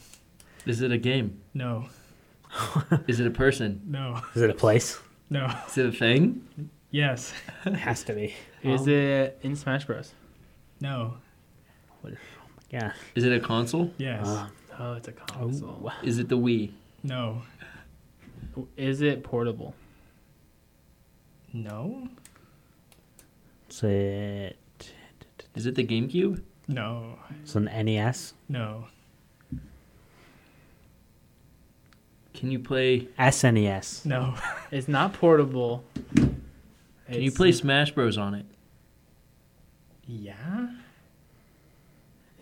[SPEAKER 4] Is it a game?
[SPEAKER 3] No.
[SPEAKER 4] Is it a person?
[SPEAKER 3] No.
[SPEAKER 1] Is it a place?
[SPEAKER 3] No.
[SPEAKER 4] Is it a thing?
[SPEAKER 3] Yes.
[SPEAKER 1] It has to be.
[SPEAKER 2] Is
[SPEAKER 4] Um,
[SPEAKER 2] it in Smash Bros?
[SPEAKER 3] No.
[SPEAKER 1] Yeah.
[SPEAKER 4] Is it a console?
[SPEAKER 3] Yes.
[SPEAKER 1] Uh,
[SPEAKER 2] Oh, it's a console.
[SPEAKER 4] Is it the Wii?
[SPEAKER 3] no.
[SPEAKER 2] Oh. Is it portable?
[SPEAKER 3] No.
[SPEAKER 1] is it?
[SPEAKER 4] Is it the GameCube?
[SPEAKER 3] No.
[SPEAKER 1] It's an E NES.
[SPEAKER 3] No.
[SPEAKER 4] Can you play?
[SPEAKER 1] SNES.
[SPEAKER 3] No.
[SPEAKER 2] It's not portable.
[SPEAKER 4] Can you
[SPEAKER 2] It's-
[SPEAKER 4] play Smash Bros on it?
[SPEAKER 3] Yeah.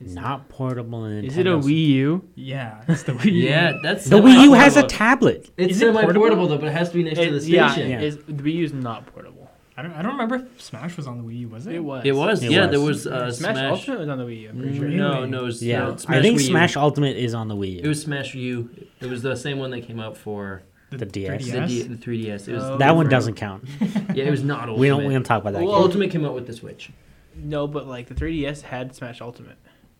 [SPEAKER 2] it's-
[SPEAKER 1] Not portable in
[SPEAKER 2] Is it a
[SPEAKER 1] Nintendo's-
[SPEAKER 2] Wii U?
[SPEAKER 3] Yeah. It's the Wii. U.
[SPEAKER 4] Yeah, that's
[SPEAKER 1] The Wii U has a
[SPEAKER 4] semi-portable.
[SPEAKER 1] tablet.
[SPEAKER 4] It's
[SPEAKER 3] Is it
[SPEAKER 4] semi-portable
[SPEAKER 3] portable?
[SPEAKER 4] though, but it has to be next to the
[SPEAKER 2] It- yeah,
[SPEAKER 4] station.
[SPEAKER 1] Yeah.
[SPEAKER 2] Is, the Wii U is not portable.
[SPEAKER 3] I don't, I don't remember if Smash was on the Wii U, was it?
[SPEAKER 2] It was.
[SPEAKER 4] It was.
[SPEAKER 1] It
[SPEAKER 4] yeah,
[SPEAKER 1] was.
[SPEAKER 4] there was uh,
[SPEAKER 2] Smash,
[SPEAKER 4] Smash. Mm.
[SPEAKER 2] Ultimate was on the Wii U. I'm pretty sure.
[SPEAKER 3] Really?
[SPEAKER 4] No, no, it was,
[SPEAKER 1] Yeah,
[SPEAKER 4] no, it's
[SPEAKER 1] I think
[SPEAKER 4] Wii U.
[SPEAKER 1] Smash Ultimate is on the Wii U.
[SPEAKER 4] It was Smash U. It was the same one that came out for
[SPEAKER 1] The DS.
[SPEAKER 4] the, D- the 3DS. It was
[SPEAKER 2] Oh.
[SPEAKER 1] that one
[SPEAKER 4] different.
[SPEAKER 1] doesn't count.
[SPEAKER 4] Yeah, it was not Ultimate.
[SPEAKER 1] We don't. We don't talk about that.
[SPEAKER 4] Well,
[SPEAKER 1] game.
[SPEAKER 4] Ultimate came out with the Switch.
[SPEAKER 2] No, but like the 3DS had Smash Ultimate.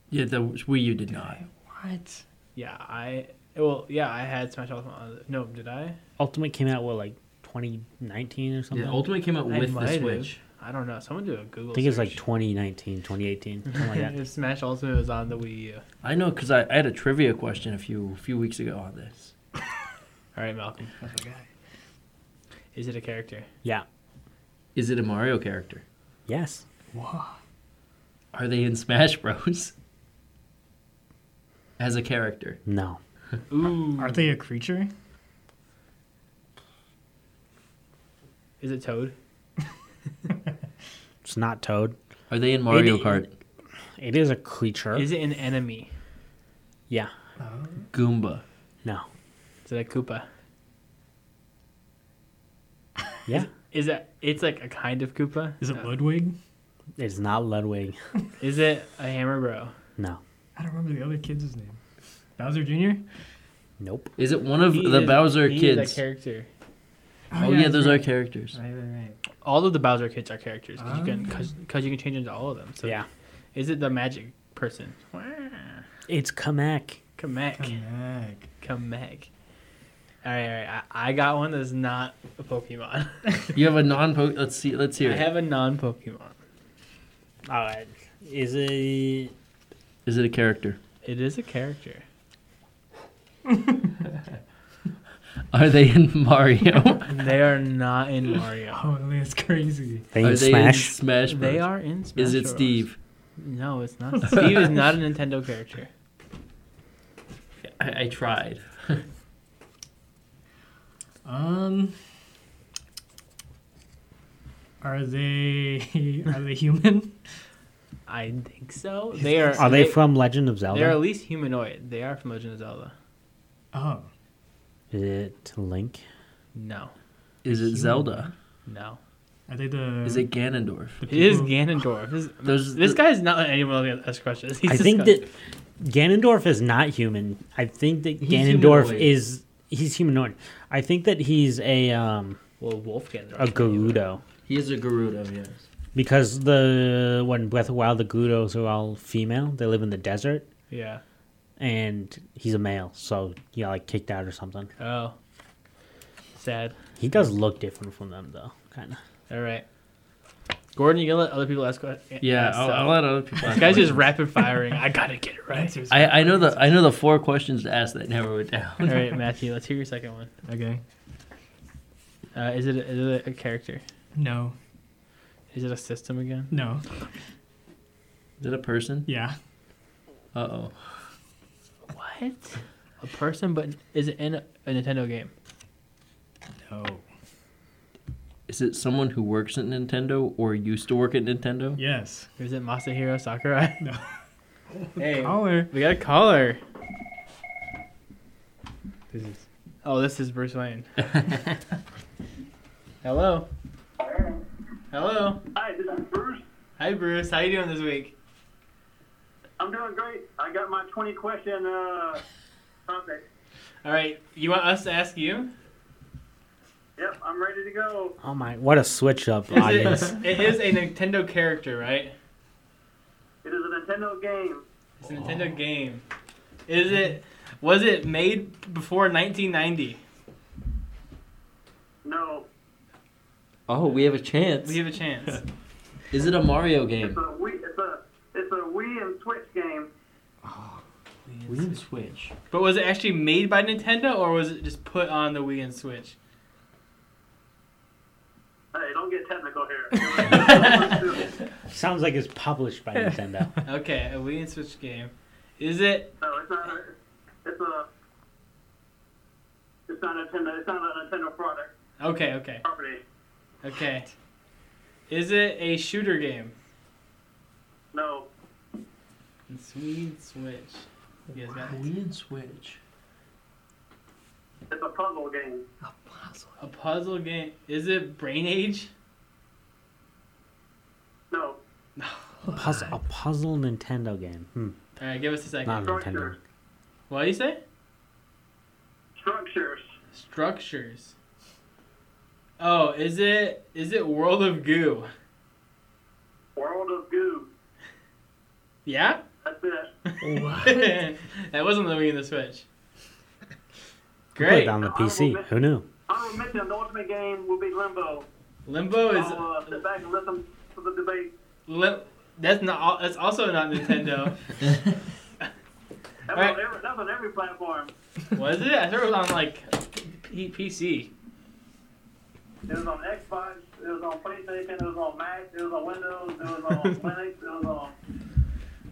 [SPEAKER 4] Yeah, the Wii U did not.
[SPEAKER 3] What?
[SPEAKER 2] Yeah, I. Well, yeah, I had Smash Ultimate. On the, no, did I?
[SPEAKER 1] Ultimate came out what like 2019 or something.
[SPEAKER 4] Yeah, Ultimate came out
[SPEAKER 2] I
[SPEAKER 4] with
[SPEAKER 2] might
[SPEAKER 4] the
[SPEAKER 2] have.
[SPEAKER 4] Switch.
[SPEAKER 2] I don't know. Someone do a Google.
[SPEAKER 1] I think it was like
[SPEAKER 2] search.
[SPEAKER 1] 2019, 2018, something like that.
[SPEAKER 2] if Smash Ultimate was on the Wii U.
[SPEAKER 4] I know because I, I had a trivia question a few few weeks ago on this.
[SPEAKER 2] All right, Malcolm. Is it a character?
[SPEAKER 1] Yeah.
[SPEAKER 4] Is it a Mario character?
[SPEAKER 1] Yes.
[SPEAKER 4] Are they in Smash Bros? As a character,
[SPEAKER 1] No.
[SPEAKER 2] Ooh.
[SPEAKER 3] Aren't they a creature?
[SPEAKER 2] Is it Toad?
[SPEAKER 1] It's not Toad.
[SPEAKER 4] are they in Mario
[SPEAKER 1] It-
[SPEAKER 4] Kart?
[SPEAKER 1] It is a creature.
[SPEAKER 2] Is it an enemy?
[SPEAKER 1] yeah.
[SPEAKER 4] Goomba.
[SPEAKER 1] No.
[SPEAKER 2] Is it a Koopa?
[SPEAKER 1] Yeah.
[SPEAKER 2] Is it? It's like a kind of Koopa.
[SPEAKER 3] Is it
[SPEAKER 2] No.
[SPEAKER 3] Ludwig?
[SPEAKER 1] It's not Ludwig.
[SPEAKER 2] Is it a Hammer Bro?
[SPEAKER 1] No.
[SPEAKER 3] I don't remember the other kid's name. Bowser Jr.?
[SPEAKER 1] Nope.
[SPEAKER 4] Is it one of
[SPEAKER 2] He
[SPEAKER 4] the
[SPEAKER 2] is-
[SPEAKER 4] Bowser
[SPEAKER 2] he is
[SPEAKER 4] kids?
[SPEAKER 2] a character.
[SPEAKER 4] oh yeah, those are characters.
[SPEAKER 3] Right, right, right.
[SPEAKER 2] All of the Bowser kids are characters because you can because you can change into all of them. So
[SPEAKER 1] yeah.
[SPEAKER 2] Is it the magic person?
[SPEAKER 1] It's Kamek.
[SPEAKER 2] Kamek.
[SPEAKER 3] Kamek.
[SPEAKER 2] Kamek. All right, all right. I, I got one that's not a Pokemon.
[SPEAKER 4] You have a non po Let's see. Let's
[SPEAKER 2] I
[SPEAKER 4] hear. it.
[SPEAKER 2] have a non-Pokemon.
[SPEAKER 1] All right. Is it?
[SPEAKER 4] Is it a character?
[SPEAKER 2] It is a character.
[SPEAKER 4] Are they in Mario?
[SPEAKER 2] They are not in Mario.
[SPEAKER 3] Oh, that's crazy.
[SPEAKER 1] They
[SPEAKER 4] are
[SPEAKER 1] in
[SPEAKER 4] they in
[SPEAKER 1] Smash.
[SPEAKER 4] Smash Bros?
[SPEAKER 2] They are in Smash
[SPEAKER 4] Is it
[SPEAKER 2] Bros.
[SPEAKER 4] Steve?
[SPEAKER 2] No, it's not. Steve is not a Nintendo character.
[SPEAKER 4] I, I tried.
[SPEAKER 3] Um, are they are they human?
[SPEAKER 2] I think so. They are.
[SPEAKER 1] Are they from Legend of Zelda?
[SPEAKER 2] They are at least humanoid. They are from Legend of Zelda.
[SPEAKER 3] Oh,
[SPEAKER 1] Is it Link?
[SPEAKER 2] No,
[SPEAKER 4] Is it Zelda?
[SPEAKER 2] no.
[SPEAKER 3] are they the?
[SPEAKER 4] Is it Ganondorf?
[SPEAKER 3] the
[SPEAKER 2] It is
[SPEAKER 3] people-
[SPEAKER 2] Ganondorf. This,
[SPEAKER 4] Those-
[SPEAKER 2] this
[SPEAKER 4] the-
[SPEAKER 2] guy is not letting anyone else ask questions. He's
[SPEAKER 1] I
[SPEAKER 2] just
[SPEAKER 1] think
[SPEAKER 2] gonna-
[SPEAKER 1] that Ganondorf is not human. I think that
[SPEAKER 4] He's
[SPEAKER 1] Ganondorf
[SPEAKER 4] humanoid.
[SPEAKER 1] is he's humanoid. I think that he's a um
[SPEAKER 2] Well, Wolf Ganondorf.
[SPEAKER 1] a Gerudo
[SPEAKER 4] He is a Gerudo. Yes.
[SPEAKER 1] because the when Breath of the Wild the Gerudos are all female. They live in the desert
[SPEAKER 2] Yeah.
[SPEAKER 1] and he's a male, so he got like kicked out or something.
[SPEAKER 2] Oh. Sad.
[SPEAKER 1] He does look different from them though, kind of.
[SPEAKER 2] All right. Gordon, you gonna let other people ask questions?
[SPEAKER 4] Yeah, I'll, I'll let other people.
[SPEAKER 2] This
[SPEAKER 4] ask
[SPEAKER 2] guy's just
[SPEAKER 4] questions.
[SPEAKER 2] rapid firing. I gotta get it right.
[SPEAKER 3] Answers.
[SPEAKER 4] I, I know the I know the four questions to ask that never went down.
[SPEAKER 2] All right, Matthew, let's hear your second one.
[SPEAKER 3] okay.
[SPEAKER 2] Uh, is it is it a character?
[SPEAKER 3] No,
[SPEAKER 2] Is it a system again?
[SPEAKER 3] no,
[SPEAKER 4] Is it a person?
[SPEAKER 3] yeah.
[SPEAKER 4] Uh oh.
[SPEAKER 2] What? A person, but is it in a, a Nintendo game?
[SPEAKER 3] No.
[SPEAKER 4] Is it someone who works at Nintendo or used to work at Nintendo?
[SPEAKER 3] Yes.
[SPEAKER 2] Or is it Masahiro Sakurai?
[SPEAKER 3] No.
[SPEAKER 2] Hey,
[SPEAKER 3] Caller.
[SPEAKER 2] we got a caller. Oh, this is Bruce Wayne. Hello. Hello.
[SPEAKER 5] Hi, this is Bruce.
[SPEAKER 2] Hi, Bruce. How you doing this week?
[SPEAKER 5] I'm doing great. I got my 20 question uh, topic.
[SPEAKER 2] All right, you want us to ask you?
[SPEAKER 5] Yep, I'm ready to go.
[SPEAKER 1] Oh my, what a switch up
[SPEAKER 2] Is
[SPEAKER 1] audience.
[SPEAKER 2] it, it is a Nintendo character, right?
[SPEAKER 5] It is a Nintendo game.
[SPEAKER 2] It's a Nintendo game. Is it? Was it made before 1990?
[SPEAKER 5] No,
[SPEAKER 4] Oh, we have a chance.
[SPEAKER 2] We have a chance.
[SPEAKER 4] Is it a Mario
[SPEAKER 5] it's
[SPEAKER 4] game?
[SPEAKER 5] a Wii. It's a it's a Wii and Switch game.
[SPEAKER 4] We didn't switch.
[SPEAKER 2] But was it actually made by Nintendo or was it just put on the Wii and Switch?
[SPEAKER 5] Hey, don't get technical here.
[SPEAKER 1] Sounds like it's published by Nintendo.
[SPEAKER 2] Okay, a Wii and Switch game. Is it?
[SPEAKER 5] no, it's not. A, it's a it's not a Nintendo. It's not a Nintendo product
[SPEAKER 2] Okay, okay,
[SPEAKER 5] property.
[SPEAKER 2] okay. Is it a shooter game?
[SPEAKER 5] No,
[SPEAKER 2] It's Wii and Switch. You guys got it?
[SPEAKER 4] We didn't switch.
[SPEAKER 5] it's a puzzle game.
[SPEAKER 2] a puzzle game. Is it Brain Age?
[SPEAKER 1] A puzzle, a puzzle Nintendo game. Hmm.
[SPEAKER 2] All right, give us a second.
[SPEAKER 1] Not Nintendo.
[SPEAKER 5] Structures.
[SPEAKER 2] What do you say?
[SPEAKER 5] Structures.
[SPEAKER 2] Structures. Oh, is it is it World of Goo?
[SPEAKER 5] World of Goo.
[SPEAKER 2] Yeah.
[SPEAKER 5] That's it.
[SPEAKER 2] that wasn't the Wii and the Switch.
[SPEAKER 1] Put it
[SPEAKER 2] Great.
[SPEAKER 1] on the PC. Who knew?
[SPEAKER 5] Honorable mention, the ultimate game will be Limbo.
[SPEAKER 2] Limbo is
[SPEAKER 5] I'll uh, sit back and listen to the debate.
[SPEAKER 2] lim- that's not al- that's also not Nintendo.
[SPEAKER 5] That
[SPEAKER 2] Alright.
[SPEAKER 5] was, every, that was on every platform.
[SPEAKER 2] was it? I thought it was on like P- PC.
[SPEAKER 5] It was on Xbox, it was on PlayStation, it was on Mac, it was on Windows, it was on Linux, it was on...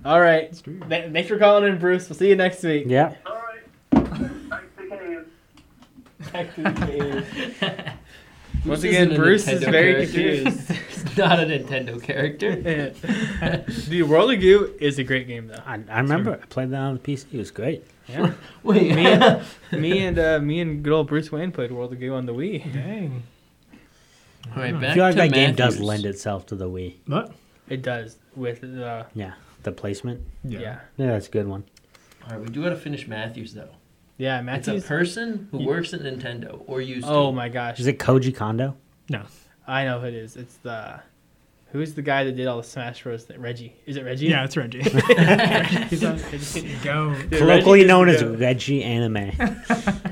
[SPEAKER 2] All right. Th- thanks for calling in, Bruce. We'll see you next week.
[SPEAKER 1] Yeah.
[SPEAKER 5] Alright. Thanks to Cave.
[SPEAKER 2] Back to the game. Once
[SPEAKER 4] This
[SPEAKER 2] again,
[SPEAKER 4] isn't a
[SPEAKER 2] Bruce is
[SPEAKER 4] Nintendo
[SPEAKER 2] very
[SPEAKER 4] character.
[SPEAKER 2] confused.
[SPEAKER 4] It's not a Nintendo character.
[SPEAKER 2] Dude, World of Goo is a great game though.
[SPEAKER 1] I, I remember I played that on the PC. It was great.
[SPEAKER 2] Yeah.
[SPEAKER 4] Wait,
[SPEAKER 2] me and me and uh, me and good old Bruce Wayne played World of Goo on the Wii.
[SPEAKER 3] Dang.
[SPEAKER 4] All right, back
[SPEAKER 1] I feel like
[SPEAKER 4] to
[SPEAKER 1] that game does
[SPEAKER 4] Matthews.
[SPEAKER 1] lend itself to the Wii.
[SPEAKER 3] But
[SPEAKER 2] It does with uh,
[SPEAKER 1] Yeah. The placement.
[SPEAKER 2] yeah yeah,
[SPEAKER 1] Yeah, that's a good one.
[SPEAKER 4] All right, we do got to finish Matthews though. It's
[SPEAKER 2] Matthews.
[SPEAKER 4] a person who works at Nintendo or used
[SPEAKER 2] oh
[SPEAKER 4] to.
[SPEAKER 2] my gosh,
[SPEAKER 1] Is it Koji Kondo?
[SPEAKER 3] no.
[SPEAKER 2] I know who it is. It's the who's the guy that did all the Smash Bros. That Reggie? Is it Reggie?
[SPEAKER 3] Yeah, it's Reggie.
[SPEAKER 2] He's on- Reggie-
[SPEAKER 3] Go.
[SPEAKER 2] Dude, Reggie
[SPEAKER 1] Colloquially
[SPEAKER 2] is
[SPEAKER 1] known
[SPEAKER 2] the
[SPEAKER 1] as
[SPEAKER 2] goat.
[SPEAKER 1] Reggie Anime.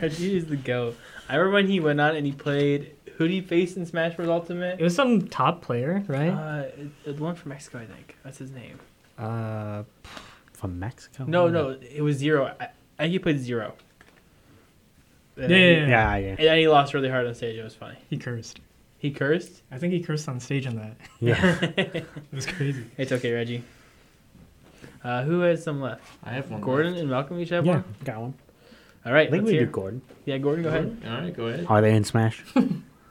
[SPEAKER 2] Reggie is the goat. I remember when he went on and he played who do you face in Smash Bros. Ultimate?
[SPEAKER 3] It was some top player, right?
[SPEAKER 2] Uh, it- the one from Mexico, I think. That's his name.
[SPEAKER 3] Uh,
[SPEAKER 1] From Mexico?
[SPEAKER 2] No, no, it was zero. I, I think he played zero. And
[SPEAKER 3] Yeah,
[SPEAKER 2] then he-
[SPEAKER 3] yeah,
[SPEAKER 1] Yeah, yeah.
[SPEAKER 2] And then he lost really hard on stage. It was funny.
[SPEAKER 3] he cursed.
[SPEAKER 2] He cursed.
[SPEAKER 3] I think he cursed on stage on that.
[SPEAKER 1] Yeah.
[SPEAKER 3] It was crazy.
[SPEAKER 2] It's okay, Reggie. Uh, who has some left?
[SPEAKER 4] I have one.
[SPEAKER 2] Gordon and Malcolm each have
[SPEAKER 1] yeah.
[SPEAKER 2] one.
[SPEAKER 1] Got one.
[SPEAKER 2] All right,
[SPEAKER 1] I think
[SPEAKER 2] let's
[SPEAKER 1] we
[SPEAKER 2] hear.
[SPEAKER 1] do Gordon.
[SPEAKER 2] yeah, Gordon, go ahead.
[SPEAKER 4] All right, go ahead.
[SPEAKER 1] Are they in Smash?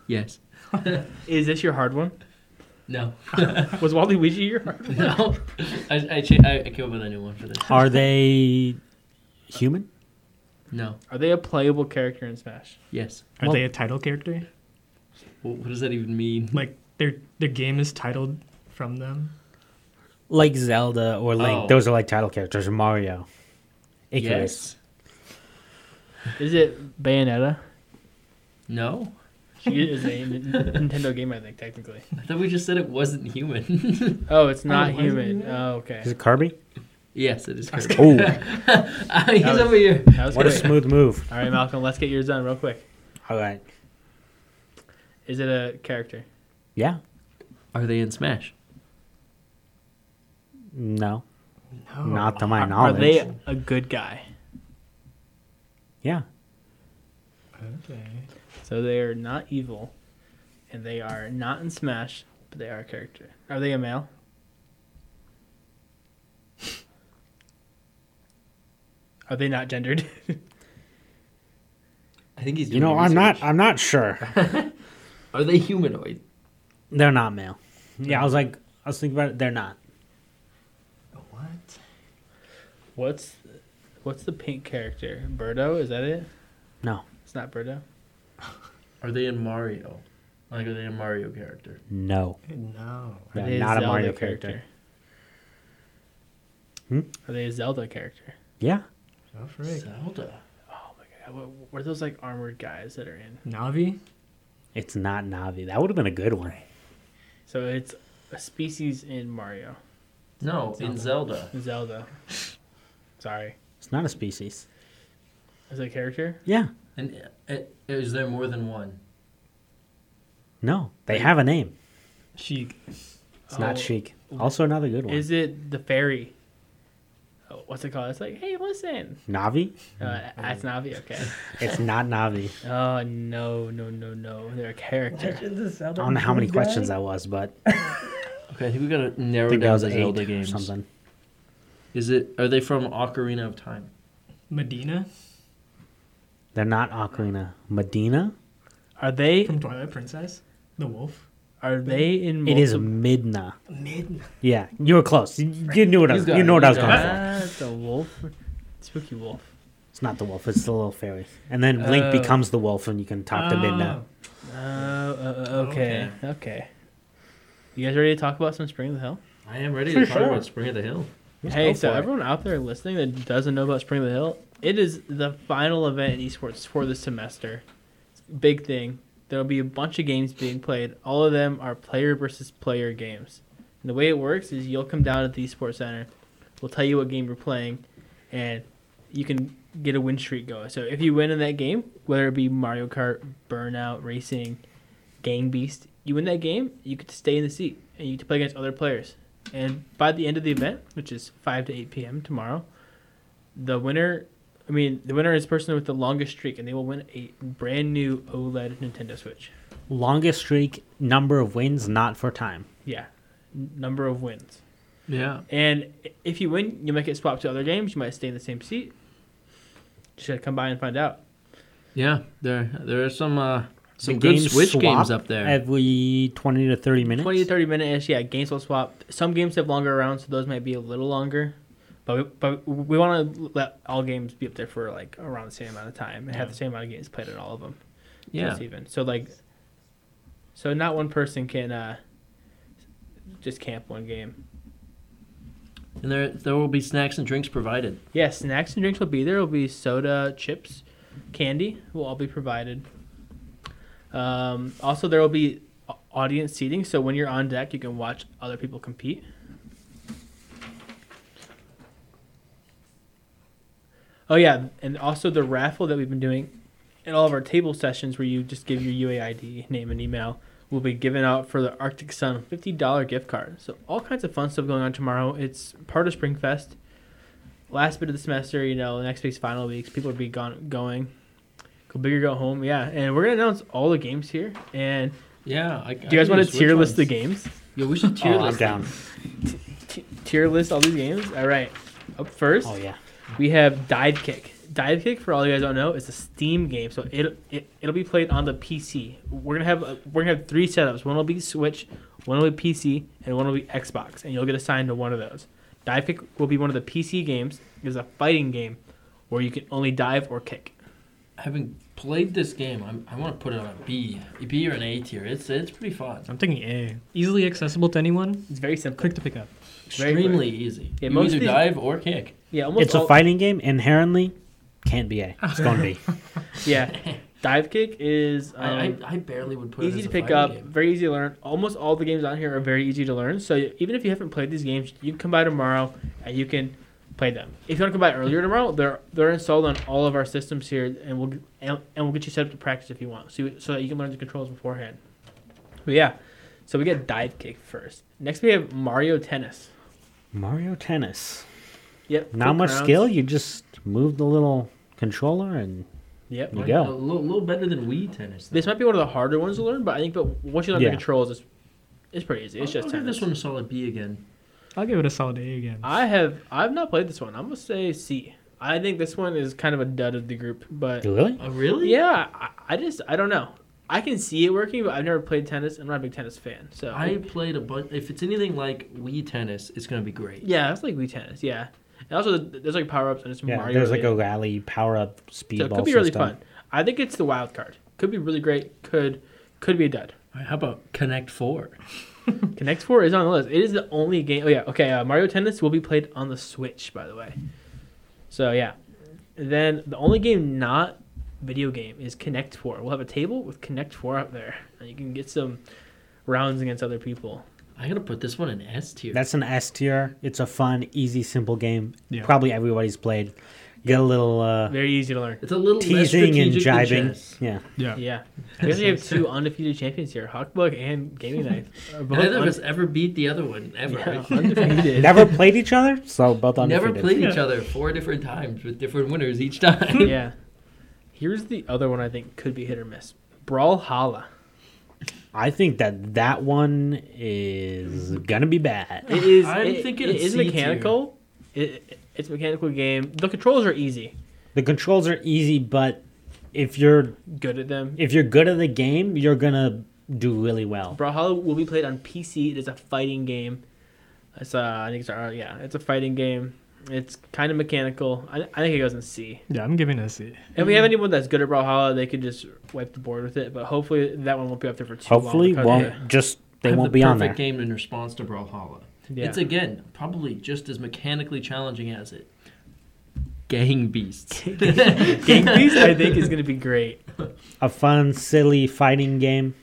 [SPEAKER 4] Yes.
[SPEAKER 2] Is this your hard one?
[SPEAKER 4] No.
[SPEAKER 2] Was Waluigi your hard one?
[SPEAKER 4] No. I, I, cha- I, I came up with a new one for this.
[SPEAKER 1] Are they human?
[SPEAKER 4] No.
[SPEAKER 2] Are they a playable character in Smash?
[SPEAKER 4] Yes.
[SPEAKER 3] Are
[SPEAKER 1] Well-
[SPEAKER 3] they a title character?
[SPEAKER 4] Wh- What, does that even mean?
[SPEAKER 3] Like their their game is titled from them.
[SPEAKER 1] Like Zelda or Link.
[SPEAKER 4] Oh.
[SPEAKER 1] Those are like title characters. Or Mario. Icarus.
[SPEAKER 4] yes.
[SPEAKER 2] Is it Bayonetta?
[SPEAKER 4] No.
[SPEAKER 2] She is a N- Nintendo game, I think, technically.
[SPEAKER 4] I thought we just said it wasn't human.
[SPEAKER 2] Oh, it's not
[SPEAKER 3] Oh, was it
[SPEAKER 2] human.
[SPEAKER 3] Bayonetta?
[SPEAKER 2] Oh, okay.
[SPEAKER 1] Is it Kirby?
[SPEAKER 4] yes, it is. Kirby.
[SPEAKER 1] Oh,
[SPEAKER 4] Ah, He's
[SPEAKER 2] That was-
[SPEAKER 4] over here.
[SPEAKER 2] That was
[SPEAKER 1] what a
[SPEAKER 2] quick.
[SPEAKER 1] smooth move.
[SPEAKER 2] All right, Malcolm, let's get yours done real quick.
[SPEAKER 1] All right.
[SPEAKER 2] Is it a character?
[SPEAKER 1] Yeah.
[SPEAKER 4] Are they in Smash?
[SPEAKER 1] No.
[SPEAKER 3] No.
[SPEAKER 1] Not to my
[SPEAKER 2] Are-
[SPEAKER 1] knowledge.
[SPEAKER 2] Are they a good guy?
[SPEAKER 1] Yeah.
[SPEAKER 3] Okay.
[SPEAKER 2] So they are not evil, and they are not in Smash, but they are a character. Are they a male? Are they not gendered?
[SPEAKER 4] I think he's.
[SPEAKER 1] You know,
[SPEAKER 4] doing
[SPEAKER 1] I'm not.
[SPEAKER 4] research.
[SPEAKER 1] I'm not sure.
[SPEAKER 4] Are they humanoid?
[SPEAKER 1] They're not male. Yeah, I was like, I was thinking about it. They're not.
[SPEAKER 3] What?
[SPEAKER 2] what's what's the pink character? Birdo? Is that it?
[SPEAKER 1] No.
[SPEAKER 2] It's not Birdo.
[SPEAKER 4] Are they in Mario? Like, are they a Mario character?
[SPEAKER 1] No.
[SPEAKER 3] No.
[SPEAKER 2] Are
[SPEAKER 1] They're
[SPEAKER 2] they
[SPEAKER 1] not a
[SPEAKER 2] Zelda
[SPEAKER 1] Mario character.
[SPEAKER 2] Are they a Zelda character?
[SPEAKER 1] Yeah.
[SPEAKER 3] Oh frick.
[SPEAKER 4] Zelda.
[SPEAKER 2] Oh my god! What, what are those like armored guys that are in?
[SPEAKER 3] Navi.
[SPEAKER 1] It's not Navi. That would have been a good one.
[SPEAKER 2] So it's a species in Mario,
[SPEAKER 4] No, in Zelda.
[SPEAKER 2] Zelda. Sorry,
[SPEAKER 1] It's not a species.
[SPEAKER 2] is it a character?
[SPEAKER 1] Yeah.
[SPEAKER 4] And uh, uh, is there more than one?
[SPEAKER 1] No. They have a name.
[SPEAKER 3] She.
[SPEAKER 1] It's not
[SPEAKER 2] Oh,
[SPEAKER 1] Sheik. Also another good one.
[SPEAKER 2] Is it the fairy? Oh, what's it called? It's like, hey, listen.
[SPEAKER 1] Navi?
[SPEAKER 2] Uh, that's Navi. Okay.
[SPEAKER 1] It's not Navi.
[SPEAKER 2] Oh no, no, no, no. They're a character.
[SPEAKER 1] I don't know how many questions that was, but
[SPEAKER 4] Okay, I think we gotta
[SPEAKER 1] I
[SPEAKER 4] narrow
[SPEAKER 1] think that
[SPEAKER 4] down
[SPEAKER 1] was
[SPEAKER 4] the
[SPEAKER 1] eight
[SPEAKER 4] Zelda
[SPEAKER 1] or
[SPEAKER 4] games.
[SPEAKER 1] something.
[SPEAKER 4] Is it? Are they from Ocarina of Time?
[SPEAKER 3] Medina
[SPEAKER 1] They're not Ocarina. Medina?
[SPEAKER 2] Are they?
[SPEAKER 3] from Twilight Princess. The wolf.
[SPEAKER 2] Are they in?
[SPEAKER 1] It is
[SPEAKER 2] multi-
[SPEAKER 1] Midna.
[SPEAKER 3] Midna.
[SPEAKER 1] Yeah, you were close. You, you knew what I
[SPEAKER 4] You
[SPEAKER 1] was.
[SPEAKER 4] got
[SPEAKER 1] You
[SPEAKER 4] it,
[SPEAKER 1] know what
[SPEAKER 4] you
[SPEAKER 1] I was
[SPEAKER 4] got
[SPEAKER 1] going for.
[SPEAKER 2] Ah, it's a wolf. Spooky wolf.
[SPEAKER 1] It's not the wolf. It's the little fairy. And then Link
[SPEAKER 2] Oh.
[SPEAKER 1] becomes the wolf, and you can talk to
[SPEAKER 4] Oh.
[SPEAKER 1] Midna.
[SPEAKER 2] uh, Oh, uh, okay. okay, You guys ready to talk about some Spring of the Hill?
[SPEAKER 4] I I am ready
[SPEAKER 1] For
[SPEAKER 4] to talk
[SPEAKER 1] sure.
[SPEAKER 4] about Spring of the Hill.
[SPEAKER 1] Let's
[SPEAKER 2] hey,
[SPEAKER 1] go
[SPEAKER 2] so
[SPEAKER 1] for it.
[SPEAKER 2] everyone out there listening that doesn't know about Spring of the Hill, it is the final event in esports for the semester. It's a big thing. There'll be a bunch of games being played. All of them are player versus player games. And the way it works is you'll come down to the esports center. We'll tell you what game you're playing, and you can get a win streak going. So if you win in that game, whether it be Mario Kart, Burnout, Racing, Gang Beast, you win that game, you get to stay in the seat and you get to play against other players. And by the end of the event, which is 5 to 8 p.m. tomorrow, the winner, I mean, the winner is the person with the longest streak, and they will win a brand new OLED Nintendo Switch.
[SPEAKER 1] Longest streak, number of wins, not for time.
[SPEAKER 2] Yeah, n- number of wins.
[SPEAKER 4] Yeah.
[SPEAKER 2] And i- if you win, you might get swapped to other games. You might stay in the same seat. Just gotta come by and find out.
[SPEAKER 4] Yeah. There there are some uh, some
[SPEAKER 1] The
[SPEAKER 4] good
[SPEAKER 1] games
[SPEAKER 4] Switch
[SPEAKER 1] swap
[SPEAKER 4] games up there.
[SPEAKER 1] Every 20 to 30 minutes.
[SPEAKER 2] 20 to 30 minutes, yeah, games will swap. Some games have longer rounds, so those might be a little longer. But we, but we want to let all games be up there for like around the same amount of time and have the same amount of games played in all of them.
[SPEAKER 4] yeah.
[SPEAKER 2] It's even. So like so not one person can uh just camp one game.
[SPEAKER 4] And there there will be snacks and drinks provided.
[SPEAKER 2] Yeah, snacks and drinks will be there. Will be soda, chips, candy will all be provided. Um, also, there will be au- audience seating, so when you're on deck, you can watch other people compete. Oh yeah, and also the raffle that we've been doing in all of our table sessions, where you just give your UAID name and email, will be given out for the Arctic Sun fifty dollar gift card. So all kinds of fun stuff going on tomorrow. It's part of Springfest last bit of the semester, you know, next week's final weeks, people will be gone going. Go big or go home, yeah. And we're gonna announce all the games here. And
[SPEAKER 4] Yeah. I,
[SPEAKER 2] do you guys want to tier list the games?
[SPEAKER 4] Yeah, we should tier
[SPEAKER 1] Oh, I'm
[SPEAKER 4] list.
[SPEAKER 1] down.
[SPEAKER 2] T- tier list all these games. All right. Up first,
[SPEAKER 1] Oh, yeah.
[SPEAKER 2] we have Dive Kick. Dive Kick, for all you guys don't know, is a Steam game, so it, it it'll be played on the PC. We're gonna have uh, we're gonna have three setups. One will be Switch, one will be PC, and one will be Xbox. And you'll get assigned to one of those. Dive Kick will be one of the PC games. It's a fighting game where you can only dive or kick.
[SPEAKER 4] Having played this game, I'm, I want to put it on a B, a B or an A tier. It's it's pretty fun.
[SPEAKER 3] I'm thinking A. Easily accessible to anyone,
[SPEAKER 2] It's very simple.
[SPEAKER 3] quick to pick up.
[SPEAKER 2] Very quick.
[SPEAKER 4] Extremely easy.
[SPEAKER 2] Yeah,
[SPEAKER 4] you
[SPEAKER 2] most
[SPEAKER 4] either
[SPEAKER 2] of these-
[SPEAKER 4] dive or kick.
[SPEAKER 2] Yeah, almost
[SPEAKER 1] It's a
[SPEAKER 2] all-
[SPEAKER 1] fighting game. Inherently, can't be A. It's going to be.
[SPEAKER 2] Yeah, dive kick is um,
[SPEAKER 4] I, I, I barely would put it
[SPEAKER 2] easy
[SPEAKER 4] as
[SPEAKER 2] to
[SPEAKER 4] a
[SPEAKER 2] pick
[SPEAKER 4] fighting
[SPEAKER 2] up,
[SPEAKER 4] game.
[SPEAKER 2] very easy to learn. Almost all the games on here are very easy to learn. So you- even if you haven't played these games, you can come by tomorrow and you can play them. If you want to come by earlier tomorrow, they're they're installed on all of our systems here, and we'll and, and we'll get you set up to practice if you want, so you- so that you can learn the controls beforehand. But yeah, so we get dive kick first. Next we have Mario Tennis.
[SPEAKER 1] Mario Tennis.
[SPEAKER 2] Yep.
[SPEAKER 1] Not
[SPEAKER 2] quick
[SPEAKER 1] much
[SPEAKER 2] rounds.
[SPEAKER 1] skill. You just move the little controller and
[SPEAKER 2] Yep.
[SPEAKER 1] you
[SPEAKER 4] Like,
[SPEAKER 1] go.
[SPEAKER 4] A little, little better than Wii tennis.
[SPEAKER 2] This might be one of the harder ones to learn, but I think but once you learn
[SPEAKER 1] Yeah.
[SPEAKER 2] the controls, it's it's pretty easy. It's
[SPEAKER 4] I'll,
[SPEAKER 2] just
[SPEAKER 4] I'll give
[SPEAKER 2] tennis.
[SPEAKER 4] this one a solid B again.
[SPEAKER 3] I'll give it a solid A again.
[SPEAKER 2] I have I've not played this one. I'm gonna say C. I think this one is kind of a dud of the group, but
[SPEAKER 1] Really?
[SPEAKER 4] Oh, really?
[SPEAKER 2] yeah, I, I just I don't know. I can see it working, but I've never played tennis. and I'm not a big tennis fan, so
[SPEAKER 4] I played a bunch. If it's anything like Wii tennis, it's gonna be great.
[SPEAKER 2] yeah, it's like Wii tennis, yeah. And also, there's like power ups and it's
[SPEAKER 1] Yeah,
[SPEAKER 2] Mario.
[SPEAKER 1] there's like
[SPEAKER 2] related.
[SPEAKER 1] a rally power up speedball
[SPEAKER 2] so it could be
[SPEAKER 1] system.
[SPEAKER 2] really fun. I think it's the wild card. Could be really great. Could could be a dud.
[SPEAKER 4] Alright, How about Connect Four?
[SPEAKER 2] Connect Four is on the list. It is the only game. Oh yeah, okay. Uh, Mario Tennis will be played on the Switch, by the way. So yeah, And then the only game not video game is Connect Four. We'll have a table with Connect Four up there, and you can get some rounds against other people.
[SPEAKER 4] I gotta put this one in S tier.
[SPEAKER 1] That's an S tier. It's a fun, easy, simple game.
[SPEAKER 3] Yeah.
[SPEAKER 1] Probably everybody's played. Get a little uh,
[SPEAKER 2] Very easy to learn.
[SPEAKER 4] it's a little
[SPEAKER 1] teasing
[SPEAKER 4] less
[SPEAKER 1] and
[SPEAKER 4] strategic than
[SPEAKER 1] jibing.
[SPEAKER 4] chess.
[SPEAKER 1] Yeah.
[SPEAKER 2] Yeah, we actually have two undefeated champions here: Hawkbug and Gaming Knife. Are both
[SPEAKER 4] Neither of
[SPEAKER 2] un-
[SPEAKER 4] us ever beat the other one ever.
[SPEAKER 2] yeah, undefeated.
[SPEAKER 1] Never played each other, so both undefeated.
[SPEAKER 4] Never played each other four different times with different winners each time.
[SPEAKER 2] yeah. Here's the other one I think could be hit or miss: Brawlhalla.
[SPEAKER 1] I think that that one is gonna be bad.
[SPEAKER 2] It is.
[SPEAKER 4] I'm
[SPEAKER 2] it-
[SPEAKER 4] thinking
[SPEAKER 2] it
[SPEAKER 4] a
[SPEAKER 2] is
[SPEAKER 4] C
[SPEAKER 2] mechanical. It, it- it's a mechanical game. The controls are easy.
[SPEAKER 1] The controls are easy, but if you're
[SPEAKER 2] Good at them.
[SPEAKER 1] if you're good at the game, you're gonna do really well.
[SPEAKER 2] Brawlhalla will be played on PC. It is a fighting game. It's uh, I think it's uh, yeah, it's a fighting game. It's kind of mechanical. I, I think it goes in C.
[SPEAKER 3] Yeah, I'm giving it a C.
[SPEAKER 2] If we have anyone that's good at Brawlhalla, they could just wipe the board with it. But hopefully that one won't be up there for too
[SPEAKER 1] Hopefully,
[SPEAKER 2] long. because-
[SPEAKER 1] won't just they
[SPEAKER 4] have
[SPEAKER 1] won't
[SPEAKER 4] the
[SPEAKER 1] be on there.
[SPEAKER 4] perfect game in response to Brawlhalla.
[SPEAKER 2] Yeah.
[SPEAKER 4] It's again probably just as mechanically challenging as it. Gang beasts.
[SPEAKER 2] Gang Beast, I think, is going to be great.
[SPEAKER 1] A fun, silly fighting game.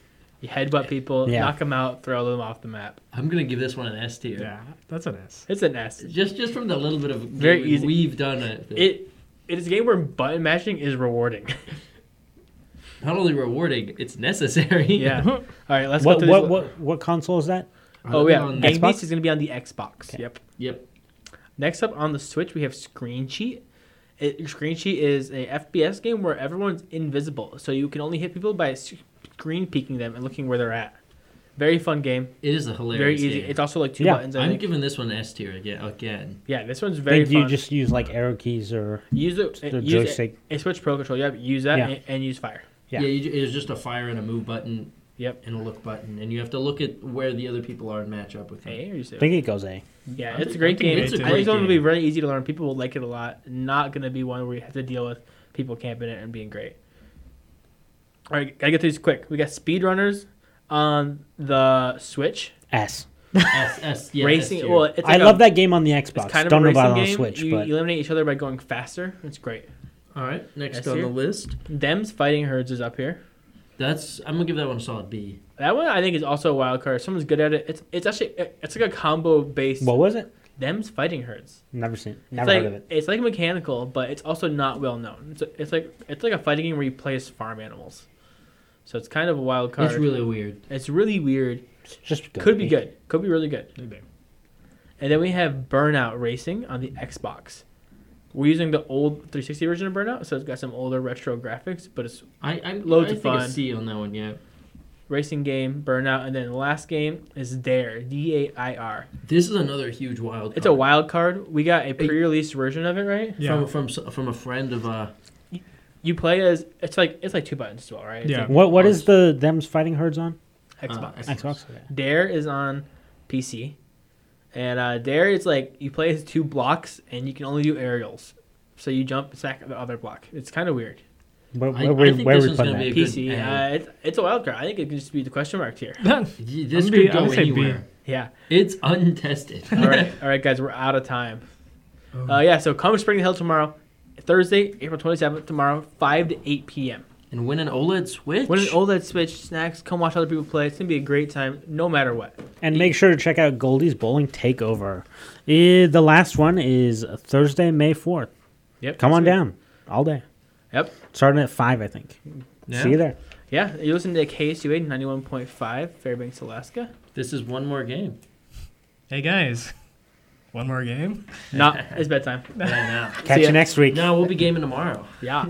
[SPEAKER 2] You headbutt people, knock 'em
[SPEAKER 1] Yeah.
[SPEAKER 2] knock them out, throw them off the map.
[SPEAKER 4] I'm gonna give this one an S tier.
[SPEAKER 3] Yeah, that's an S.
[SPEAKER 2] It's an S.
[SPEAKER 4] Just just from the little bit of
[SPEAKER 2] Very
[SPEAKER 4] gaming
[SPEAKER 2] easy.
[SPEAKER 4] we've done it.
[SPEAKER 2] It, it is a game where button matching is rewarding.
[SPEAKER 4] Not only rewarding, it's necessary.
[SPEAKER 2] yeah. All right, let's go
[SPEAKER 1] What
[SPEAKER 2] to this.
[SPEAKER 1] what,
[SPEAKER 2] one.
[SPEAKER 1] what what console is that?
[SPEAKER 2] Oh, yeah.
[SPEAKER 4] On-
[SPEAKER 2] Gang
[SPEAKER 1] Xbox?
[SPEAKER 2] Beast is going to be on the Xbox. Yep.
[SPEAKER 4] Yep.
[SPEAKER 2] Next up on the Switch, we have Screen Cheat. It, Screen Cheat is a FPS game where everyone's invisible, so you can only hit people by s- screen peeking them and looking where they're at. Very fun game,
[SPEAKER 4] It is a
[SPEAKER 2] very
[SPEAKER 4] hilarious.
[SPEAKER 2] easy.
[SPEAKER 4] game.
[SPEAKER 2] It's also like two
[SPEAKER 1] Yeah,
[SPEAKER 2] buttons. I
[SPEAKER 4] I'm
[SPEAKER 2] think.
[SPEAKER 4] giving this one S tier again. Again.
[SPEAKER 2] yeah, this one's
[SPEAKER 1] I
[SPEAKER 2] very
[SPEAKER 1] think you
[SPEAKER 2] fun.
[SPEAKER 1] just use like arrow keys or
[SPEAKER 2] use it.
[SPEAKER 1] the
[SPEAKER 2] use
[SPEAKER 1] joystick.
[SPEAKER 2] A, a Switch Pro controller. Yep, use that
[SPEAKER 1] Yeah.
[SPEAKER 2] and, and use fire.
[SPEAKER 1] Yeah.
[SPEAKER 4] Yeah. you ju- it's just a fire and a move button
[SPEAKER 2] Yep.
[SPEAKER 4] and a look button, and you have to look at where the other people are and match up with them.
[SPEAKER 2] Hey, or you say-
[SPEAKER 1] I think it goes A.
[SPEAKER 2] yeah, it's
[SPEAKER 4] I
[SPEAKER 2] a
[SPEAKER 4] think-
[SPEAKER 2] great
[SPEAKER 4] I think
[SPEAKER 2] game.
[SPEAKER 4] it's a
[SPEAKER 2] I think
[SPEAKER 4] great
[SPEAKER 2] it's going to be
[SPEAKER 4] game.
[SPEAKER 2] very easy to learn. People will like it a lot. Not going to be one where you have to deal with people camping it and being great. All right, gotta get through these quick. We got speedrunners on the Switch.
[SPEAKER 1] S.
[SPEAKER 4] S, S, yeah, S
[SPEAKER 2] racing.
[SPEAKER 4] tier.
[SPEAKER 2] Well, it's
[SPEAKER 1] I
[SPEAKER 2] like a-
[SPEAKER 1] love that game on the Xbox.
[SPEAKER 2] It's kind of
[SPEAKER 1] Don't
[SPEAKER 2] a
[SPEAKER 1] know
[SPEAKER 2] racing
[SPEAKER 1] about it on
[SPEAKER 2] game.
[SPEAKER 1] Switch,
[SPEAKER 2] you
[SPEAKER 1] but
[SPEAKER 2] eliminate each other by going faster. It's great.
[SPEAKER 4] All right, next
[SPEAKER 2] S
[SPEAKER 4] on
[SPEAKER 2] tier.
[SPEAKER 4] the list.
[SPEAKER 2] Dems fighting herds is up here.
[SPEAKER 4] That's I'm gonna give that one a solid B.
[SPEAKER 2] That one I think is also a wild card. If someone's good at it, it's it's actually it's like a combo based.
[SPEAKER 1] what was it?
[SPEAKER 2] Dems fighting herds.
[SPEAKER 1] Never seen.
[SPEAKER 2] It's
[SPEAKER 1] Never
[SPEAKER 2] like
[SPEAKER 1] heard of it.
[SPEAKER 2] it's like mechanical, but it's also not well known. It's, it's like it's like a fighting game where you play as farm animals. So it's kind of a wild card.
[SPEAKER 4] It's really weird.
[SPEAKER 2] it's really weird.
[SPEAKER 1] It's Just
[SPEAKER 2] Could be good. Could be really good.
[SPEAKER 3] Maybe.
[SPEAKER 2] And then we have Burnout Racing on the Xbox. We're using the old 360 version of Burnout, so it's got some older retro graphics, but it's
[SPEAKER 4] I I'm
[SPEAKER 2] Loads
[SPEAKER 4] I
[SPEAKER 2] of
[SPEAKER 4] think a
[SPEAKER 2] fun.
[SPEAKER 4] C on that one. Yeah.
[SPEAKER 2] racing game Burnout. And then the last game is Dare, D A I R.
[SPEAKER 4] This is another huge wild.
[SPEAKER 2] It's a
[SPEAKER 4] card.
[SPEAKER 2] wild card. We got a pre-release version of it, right?
[SPEAKER 3] Yeah.
[SPEAKER 4] From, from s- from a friend of uh
[SPEAKER 2] You play as it's like it's like two buttons as well, right? It's
[SPEAKER 3] Yeah.
[SPEAKER 2] like
[SPEAKER 1] What what is the them's fighting herds on
[SPEAKER 2] Xbox.
[SPEAKER 4] Uh,
[SPEAKER 1] Xbox? Okay.
[SPEAKER 2] Dare is on PC, and uh, Dare is like you play as two blocks, and you can only do aerials. So you jump smack the other block. It's kind of weird.
[SPEAKER 1] Where,
[SPEAKER 4] I-
[SPEAKER 1] where, where,
[SPEAKER 4] I think
[SPEAKER 1] where
[SPEAKER 4] this
[SPEAKER 1] we
[SPEAKER 4] one's
[SPEAKER 1] put
[SPEAKER 4] gonna be
[SPEAKER 1] that?
[SPEAKER 4] a good
[SPEAKER 2] PC,
[SPEAKER 4] A.
[SPEAKER 2] uh, it's, it's a wild card. I think it could just be the question mark here.
[SPEAKER 4] Y- This could
[SPEAKER 3] I'm gonna be- I'm
[SPEAKER 4] go
[SPEAKER 3] gonna say B.
[SPEAKER 4] anywhere.
[SPEAKER 2] Yeah.
[SPEAKER 4] It's untested.
[SPEAKER 2] All right, all right, guys, we're out of time. Uh, yeah, so come to Spring Hill tomorrow, Thursday, April twenty seventh. Tomorrow, five to eight p.m.
[SPEAKER 4] and win an OLED Switch.
[SPEAKER 2] When an OLED Switch snacks, come watch other people play. It's gonna be a great time, no matter what.
[SPEAKER 1] And make sure to check out Goldie's Bowling Takeover. Eh, the last one is Thursday, May fourth.
[SPEAKER 2] Yep.
[SPEAKER 1] Come on
[SPEAKER 2] that's it.
[SPEAKER 1] down all day,
[SPEAKER 2] Yep.
[SPEAKER 1] starting at five, I think.
[SPEAKER 4] Yeah.
[SPEAKER 1] See you there.
[SPEAKER 2] Yeah, you listen to KSUA ninety one point five, Fairbanks, Alaska.
[SPEAKER 4] This is one more game.
[SPEAKER 3] Hey guys, one more game.
[SPEAKER 2] Not it's Nou, bedtime.
[SPEAKER 4] Yeah, now.
[SPEAKER 1] Catch
[SPEAKER 2] ya.
[SPEAKER 1] you next week.
[SPEAKER 4] now we'll be gaming tomorrow.
[SPEAKER 2] Yeah.